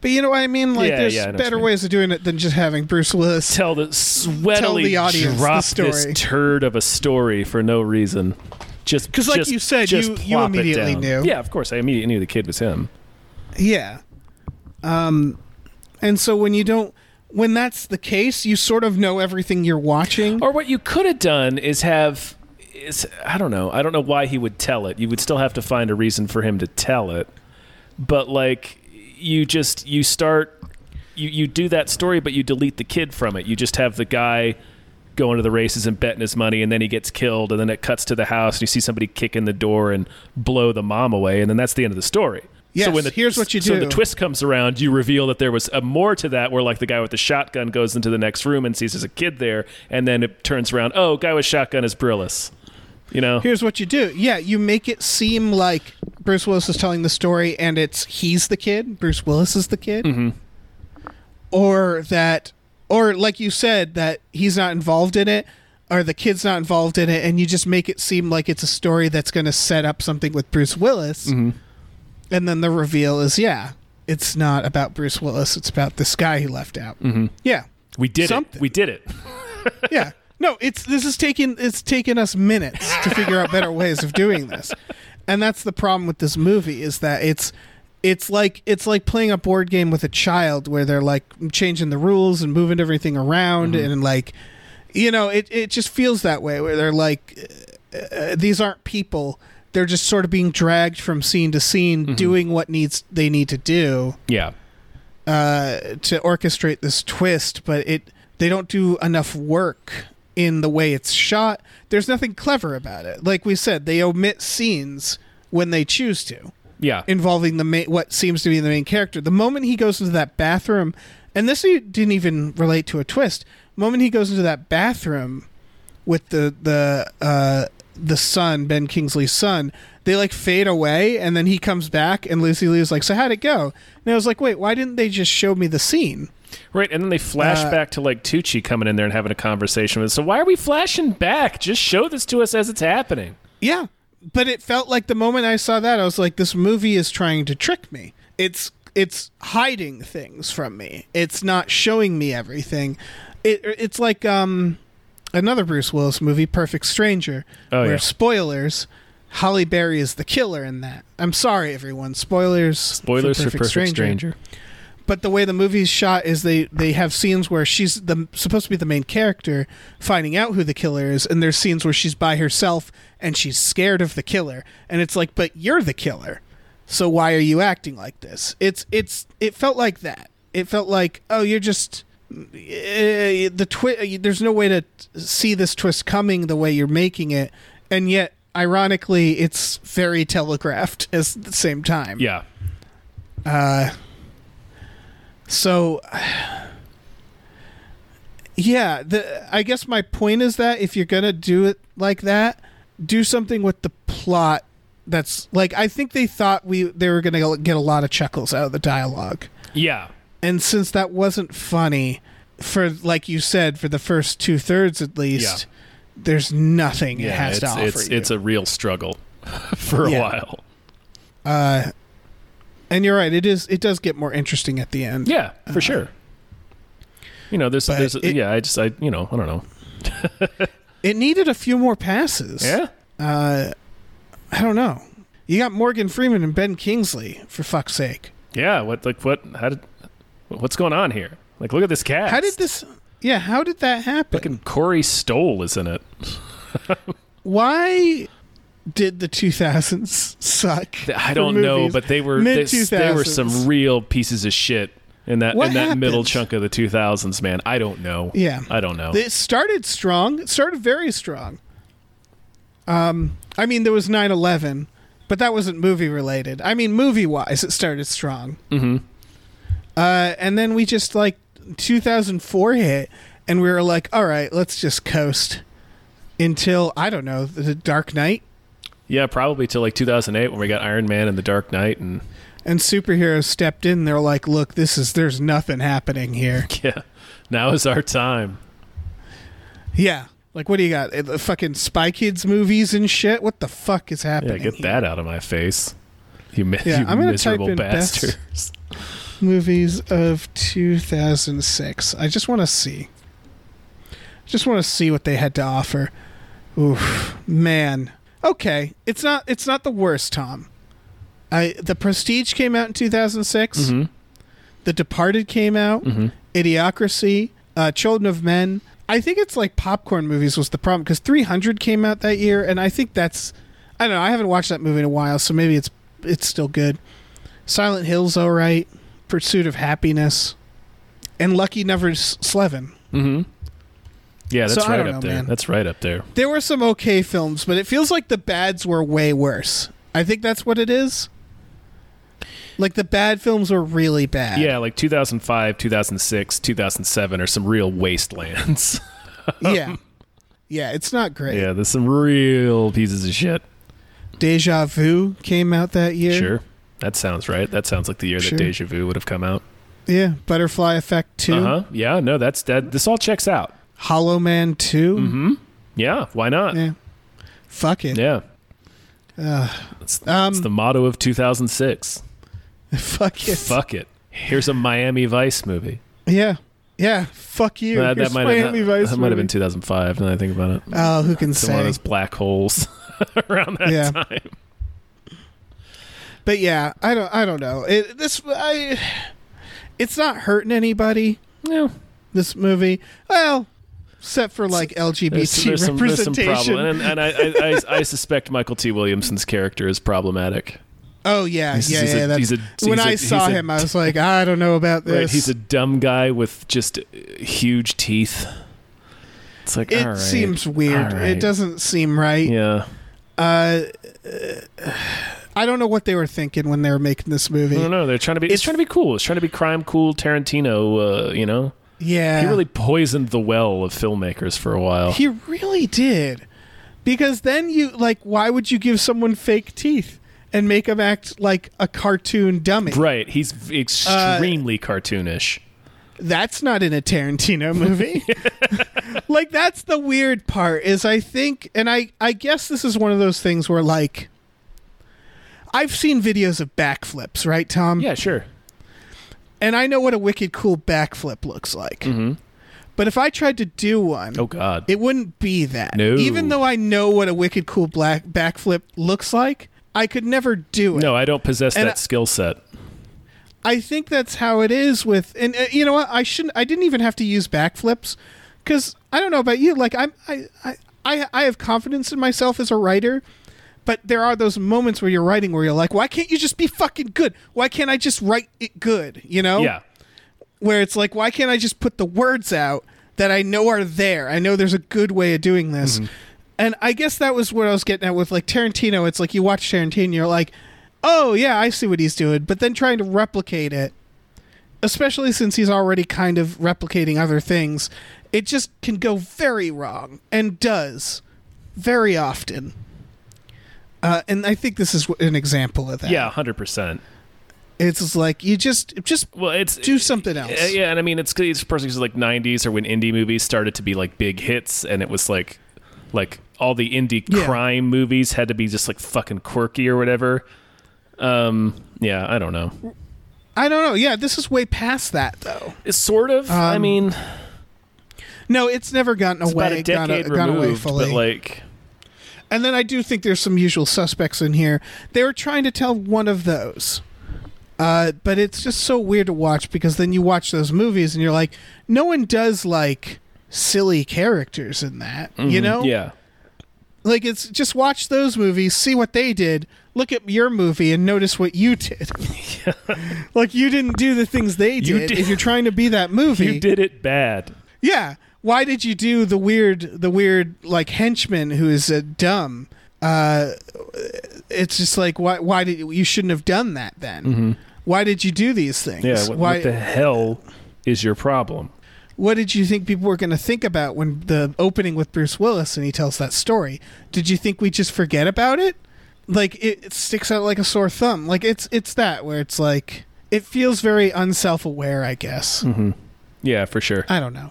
A: But you know what I mean? Like,
B: Yeah,
A: there's
B: yeah, I know what
A: better
B: you mean.
A: ways of doing it than just having Bruce Willis.
B: Tell the sweatily
A: the audience the
B: drop this
A: story.
B: turd of a story for no reason. Just
A: 'Cause like
B: just-
A: you said,
B: just
A: you- you
B: plop it
A: immediately
B: down.
A: knew.
B: Yeah, of course, I immediately knew the kid was him.
A: Yeah. Um, and so when you don't, when that's the case, you sort of know everything you're watching.
B: Or what you could have done is have is I don't know. I don't know why he would tell it. You would still have to find a reason for him to tell it. But like you just you start you you do that story but you delete the kid from it. You just have the guy going to the races and betting his money and then he gets killed and then it cuts to the house and you see somebody kick in the door and blow the mom away and then that's the end of the story.
A: Yes,
B: so when the,
A: here's what you
B: so
A: do.
B: the twist comes around, you reveal that there was a more to that where like the guy with the shotgun goes into the next room and sees there's a kid there, and then it turns around, oh, guy with shotgun is Brillis. You know?
A: here's what you do. Yeah, you make it seem like Bruce Willis is telling the story and it's he's the kid, Bruce Willis is the kid. Or that or like you said that he's not involved in it or the kid's not involved in it and you just make it seem like it's a story that's going to set up something with Bruce Willis. And then the reveal is yeah, it's not about Bruce Willis, it's about this guy he left out. Mm-hmm. Yeah.
B: we did it.
A: something.
B: We did it.
A: Yeah. No, it's this is taking it's taken us minutes to figure out better ways of doing this. And that's the problem with this movie is that it's it's like it's like playing a board game with a child where they're like changing the rules and moving everything around and like you know, it it just feels that way where they're like uh, these aren't people. They're just sort of being dragged from scene to scene doing what needs they need to do
B: Yeah.
A: uh, to orchestrate this twist, but it they don't do enough work in the way it's shot. There's nothing clever about it. Like we said, they omit scenes when they choose to
B: Yeah.
A: involving the main, what seems to be the main character. The moment he goes into that bathroom, and this you didn't even relate to a twist. moment he goes into that bathroom with the the uh, the son Ben Kingsley's son, they like fade away, and then he comes back, and Lucy Liu's like, "So how'd it go?" And I was like, "Wait, why didn't they just show me the scene?"
B: right. And then they flash
A: uh,
B: back to like Tucci coming in there and having a conversation with us. So why are we flashing back? Just show this to us as it's happening.
A: Yeah, but it felt like the moment I saw that, I was like, "This movie is trying to trick me. It's it's hiding things from me. It's not showing me everything. It it's like um another Bruce Willis movie, Perfect Stranger,
B: Oh,
A: where
B: yeah.
A: spoilers." Holly Berry is the killer in that. I'm sorry, everyone. Spoilers.
B: Spoilers for Perfect Stranger.
A: But the way the movie's shot is they they have scenes where she's the supposed to be the main character finding out who the killer is, and there's scenes where she's by herself and she's scared of the killer, and it's like, but you're the killer, so why are you acting like this? It's it's it felt like that. It felt like oh, you're just eh, the twist. There's no way to t- see this twist coming the way you're making it, and yet ironically, it's very telegraphed at the same time.
B: Yeah.
A: So yeah, the I guess my point is that if you're going to do it like that, do something with the plot that's like I think they thought we they were gonna get a lot of chuckles out of the dialogue,
B: Yeah.
A: and since that wasn't funny, for like you said, for the first two thirds at least, there's nothing it has
B: it's,
A: to offer
B: it's,
A: you.
B: it's a real struggle for a
A: Yeah.
B: while.
A: and you're right, it is it does get more interesting at the end.
B: Yeah, for sure. You know, there's,
A: Uh, but
B: there's,
A: it-
B: yeah, I just, I, you know, I don't know.
A: It needed a few more passes.
B: Yeah.
A: I don't know. You got Morgan Freeman and Ben Kingsley for fuck's sake.
B: Yeah. What, like, what, how did, what's going on here? Like, look at this cast.
A: How did this? Yeah, how did that happen?
B: Fucking Corey Stoll is in it.
A: Why did the 2000s suck?
B: I
A: for
B: don't know,
A: movies?
B: but they were they, they were some
A: 2000s.
B: real pieces of shit in that
A: What
B: in that middle
A: happened?
B: chunk of the 2000s, man. I don't know.
A: Yeah.
B: I don't know.
A: It started strong. It started very strong. Um, I mean, there was 9 11, but that wasn't movie related. I mean, movie wise, it started strong. Mm-hmm. Uh, and then we just like 2004 hit, and we were like, all right, let's just coast until, I don't know, The Dark Knight
B: yeah, probably till like 2008 when we got Iron Man and The Dark Knight and
A: and superheroes stepped in. They're like, look, this is, there's nothing happening here.
B: yeah, now is our time.
A: Yeah. Like, what do you got? Uh, The fucking Spy Kids movies and shit? What the fuck is
B: Yeah,
A: happening?
B: get
A: here?
B: that out of my face. You, mi-
A: Yeah,
B: you
A: I'm gonna
B: miserable
A: type in best-
B: bastards.
A: Movies of 2006. I just want to see. Just want to see what they had to offer. Oof, man. Okay, it's not it's not the worst, Tom. I The Prestige came out
B: Mm-hmm.
A: in 2006. The Departed came out. Idiocracy, uh, Children of Men. I think it's like popcorn movies was the problem because 300 came out that year, and I think that's I don't know. I haven't watched that movie in a while, so maybe it's it's still good. Silent Hill's all right. Pursuit of Happiness, and Lucky Number S- Eleven.
B: Yeah, that's
A: So I
B: right
A: don't
B: up
A: know,
B: there.
A: man.
B: That's right up there.
A: There were some okay films, but it feels like the bads were way worse. I think that's what it is. Like the bad films were really bad.
B: Yeah, like 2005, 2006, 2007 are some real wastelands.
A: yeah, yeah. It's not great.
B: yeah, there's some real pieces of shit.
A: Deja Vu came out that year.
B: Sure. That sounds right. That sounds like the year
A: Sure.
B: that Deja Vu would have come out.
A: Yeah, Butterfly Effect 2
B: Uh huh. Yeah. No, that's that. This all checks out.
A: Hollow Man 2
B: Mm-hmm. Yeah. Why not? Yeah.
A: Yeah, fuck it,
B: It's,
A: um,
B: it's the motto of 2006.
A: fuck it,
B: Fuck it. Here's a Miami Vice movie.
A: yeah, yeah, fuck you.
B: That, that
A: Here's
B: might
A: Miami
B: have,
A: Vice
B: that might have
A: movie.
B: been 2005. Now that I think about it. It's
A: Oh, who can
B: one of
A: say?
B: those black holes around that
A: Yeah.
B: time.
A: But yeah, I don't, I don't know. It, this, I, it's not hurting anybody.
B: Yeah.
A: This movie, well, except for like LGBT representation.
B: and, and I, I, I, I suspect Michael T. Williamson's character is problematic.
A: oh yeah,
B: He's-
A: yeah,
B: he's a-
A: yeah. that's,
B: he's a-
A: when
B: he's a-
A: I
B: he's
A: saw
B: a-
A: him, I was like, I don't know about this.
B: Right, he's a dumb guy with just uh, huge teeth. It's like
A: it
B: all right,
A: seems weird.
B: all
A: It
B: right.
A: doesn't seem right. Uh,
B: Yeah,
A: I don't know what they were thinking when they were making this movie.
B: no, no, they're trying to be. It's,
A: It's-
B: trying to be cool. It's trying to be crime cool. Tarantino, uh, you know,
A: Yeah,
B: he really poisoned the well of filmmakers for a while.
A: He really did. Because then you like why would you give someone fake teeth and make them act like a cartoon dummy?
B: right, he's v-
A: Uh,
B: extremely cartoonish.
A: That's not in a Tarantino movie. like that's the weird part is I think and I I guess this is one of those things where like I've seen videos of backflips, right Tom?
B: Yeah, sure.
A: And I know what a wicked cool backflip looks like. But if I tried to do one,
B: Mm-hmm. Oh God,
A: It wouldn't be that.
B: No.
A: Even though I know what a wicked cool black backflip looks like, I could never do it.
B: no, I don't possess
A: And
B: that
A: I-
B: skill set.
A: I think that's how it is with and uh, you know what? I shouldn't I didn't even have to use backflips cuz I don't know about you, like I'm I, I I I have confidence in myself as a writer. But there are those moments where you're writing where you're like, why can't you just be fucking good? Why can't I just write it good? You know?
B: Yeah,
A: where it's like, why can't I just put the words out that I know are there? I know there's a good way of doing this.
B: Mm-hmm.
A: And I guess that was what I was getting at with like Tarantino. It's like you watch Tarantino, you're like, oh, yeah, I see what he's doing. But then trying to replicate it, especially since he's already kind of replicating other things, it just can go very wrong and does very often. Uh, and I think this is wh- an example of that.
B: Yeah, hundred percent.
A: It's just like you just just
B: Well, it's
A: do something else.
B: Yeah, yeah, and I mean, it's it's personally like '90s or when indie movies started to be like big hits, and it was like like all the indie
A: Yeah.
B: crime movies had to be just like fucking quirky or whatever. Um, yeah, I don't know.
A: I don't know. Yeah, this is way past that though.
B: It's sort of.
A: Um,
B: I mean,
A: No, it's never gotten
B: it's
A: away.
B: about a
A: gone-
B: decade
A: gone away
B: removed,
A: fully.
B: but like,
A: and then I do think there's some usual suspects in here. They were trying to tell one of those. Uh, but it's just so weird to watch because then you watch those movies and you're like, no one does like silly characters in that, you know?
B: Mm-hmm. yeah,
A: Like it's just watch those movies, see what they did, look at your movie and notice what you did. like you didn't do the things they did.
B: You did-
A: If you're trying to be that movie,
B: you did it bad.
A: yeah. Why did you do the weird, the weird like henchman who is uh, dumb? Uh, it's just like why? Why did you shouldn't have done that then? Why did you do these things?
B: Mm-hmm. Yeah, what,
A: why?
B: what the hell is your problem?
A: what did you think people were going to think about when the opening with Bruce Willis and he tells that story? Did you think we just forget about it? Like it, it sticks out like a sore thumb. Like it's it's that where it's like it feels very unself-aware. I guess
B: Mm-hmm. Yeah, for sure.
A: I don't know.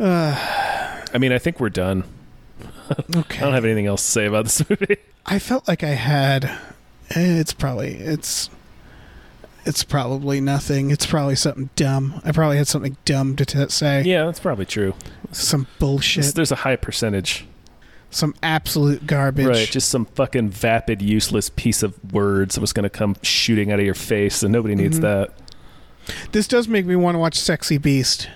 B: I mean, I think we're done.
A: Okay.
B: I don't have anything else to say about this movie.
A: I felt like I had. eh, It's probably it's. It's probably nothing. It's probably something dumb. I probably had something dumb to t- say.
B: yeah, that's probably true.
A: Some bullshit.
B: There's a high percentage.
A: some absolute garbage.
B: Right, just some fucking vapid, useless piece of words that was going to come shooting out of your face, and nobody needs
A: Mm-hmm.
B: that.
A: this does make me want to watch Sexy Beast,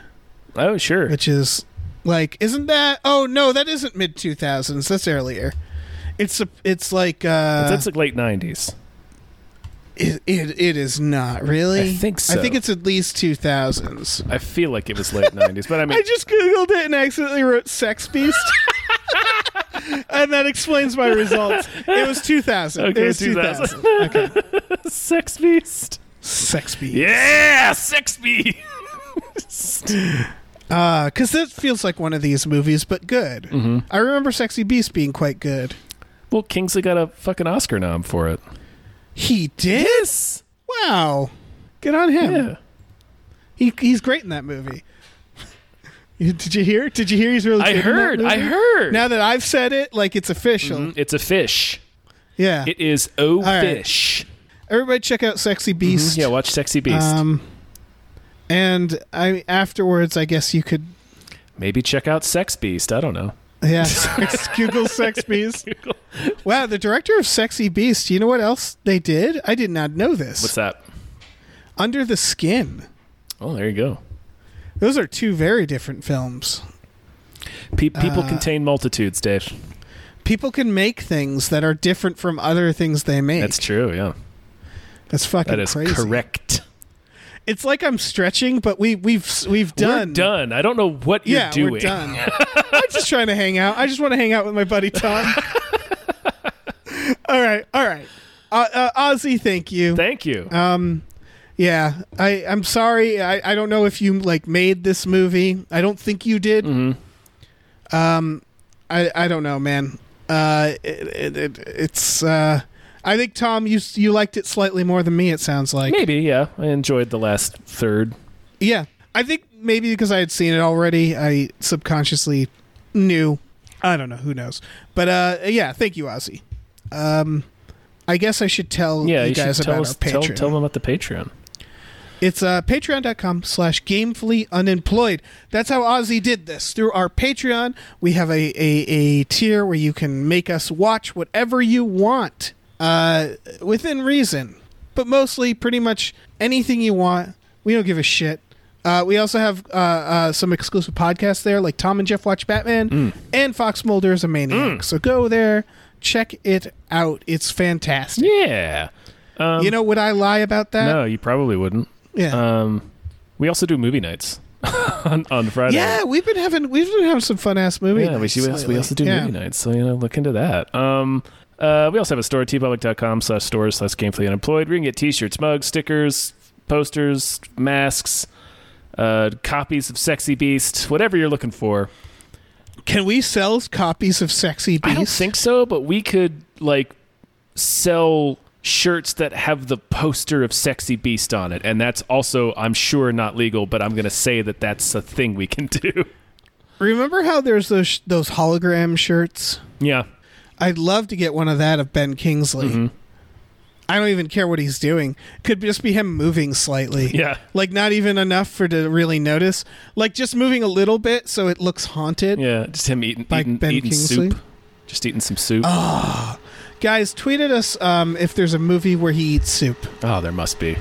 B: Oh, sure.
A: which is like, isn't that? Oh no, that isn't mid two thousands. That's earlier. It's a, It's like. uh
B: That's like late 90s.
A: it, it, it is not really.
B: I think
A: I think
B: so.
A: it's at least two thousands.
B: I feel like it was late 90s, but I mean,
A: I just googled it and accidentally wrote "sex beast," and that explains my results. It was two thousand.
B: Okay,
A: it was
B: 2000.
A: Okay,
B: Sex Beast.
A: sex beast.
B: Yeah, Sex Beast.
A: because Uh, that feels like one of these movies, but good.
B: Mm-hmm.
A: I remember "Sexy Beast" being quite good.
B: well, Kingsley got a fucking Oscar nom for it.
A: He did. Wow. Good on him.
B: Yeah.
A: He, he's great in that movie. You- did you hear? Did you hear? He's really.
B: I
A: good in that
B: heard. I
A: movie?
B: heard.
A: Now that I've said it, like it's official.
B: it's a fish.
A: Yeah.
B: It is O
A: right.
B: Fish.
A: Everybody, check out "Sexy Beast."
B: Mm-hmm. Yeah, watch Sexy Beast.
A: Um, and I afterwards, I guess you could,
B: Maybe check out Sex Beast. I don't know.
A: yeah, sex, Google Sex Beast. Wow, the director of Sexy Beast. You know what else they did? I did not know this.
B: What's that?
A: Under the Skin.
B: Oh, there you go.
A: Those are two very different films.
B: Pe-
A: uh,
B: people contain multitudes, Dave.
A: People can make things that are different from other things they make.
B: That's true. Yeah,
A: That's fucking
B: that is
A: crazy.
B: correct.
A: It's like I'm stretching, but we we've we've done
B: We're done. I don't know what
A: Yeah,
B: you're doing.
A: we're done. I'm just trying to hang out. I just want to hang out with my buddy Tom. all right, all right. Uh, uh, Ozzy, thank you. Um,
B: Thank you.
A: Uh, yeah, I I'm sorry. I I don't know if you like made this movie. I don't think you did. Um, I I don't know, man. Uh, it, it, it, it's uh, I think Tom, you s- you liked it slightly more than me. It sounds like
B: Maybe. Yeah, I enjoyed the last third.
A: Yeah. I think maybe because I had seen it already, I subconsciously knew. I don't know, who knows. But uh yeah, thank you, Ozzy. Um I guess I should tell
B: Yeah, you,
A: you, guys
B: should
A: about
B: tell
A: our
B: us.
A: Patreon.
B: Tell, tell them about the Patreon.
A: It's uh, patreon.com slash gamefully unemployed. That's how Ozzy did this. Through our Patreon, we have a, a, a tier where you can make us watch whatever you want uh, within reason, but mostly pretty much anything you want. We don't give a shit. Uh, we also have uh, uh, some exclusive podcasts there, like Tom and Jeff Watch Batman
B: Mm.
A: and Fox Mulder is a Maniac. So go there, check it out. It's fantastic.
B: Yeah.
A: you know, would I lie about that?
B: No, you probably wouldn't.
A: yeah.
B: Um, we also do movie nights on, on Friday.
A: Yeah, we've been having we've been having some fun ass movies.
B: Yeah, we, we, also, we also do
A: yeah.
B: movie nights, so you know, look into that. Um, uh, we also have a store, tpublic.com slash stores slash gamefully unemployed, where you can get t-shirts, mugs, stickers, posters, masks, uh, copies of Sexy Beast, whatever you're looking for.
A: Can we sell copies of Sexy Beast?
B: I don't think so, but we could like sell shirts that have the poster of Sexy Beast on it. And that's also, I'm sure, not legal, but I'm going to say that that's a thing we can do.
A: Remember how there's those sh- those hologram shirts?
B: yeah.
A: I'd love to get one of that of Ben Kingsley.
B: Mm-hmm.
A: I don't even care what he's doing. Could just be him moving slightly.
B: Yeah.
A: Like not even enough for to really notice. Like just moving a little bit so it looks haunted.
B: Yeah. Just him eating,
A: Like
B: eating,
A: Ben
B: eating
A: Kingsley? Oh.
B: soup. Just eating some soup.
A: Guys, tweeted us um, if there's a movie where he eats soup.
B: oh, there must be.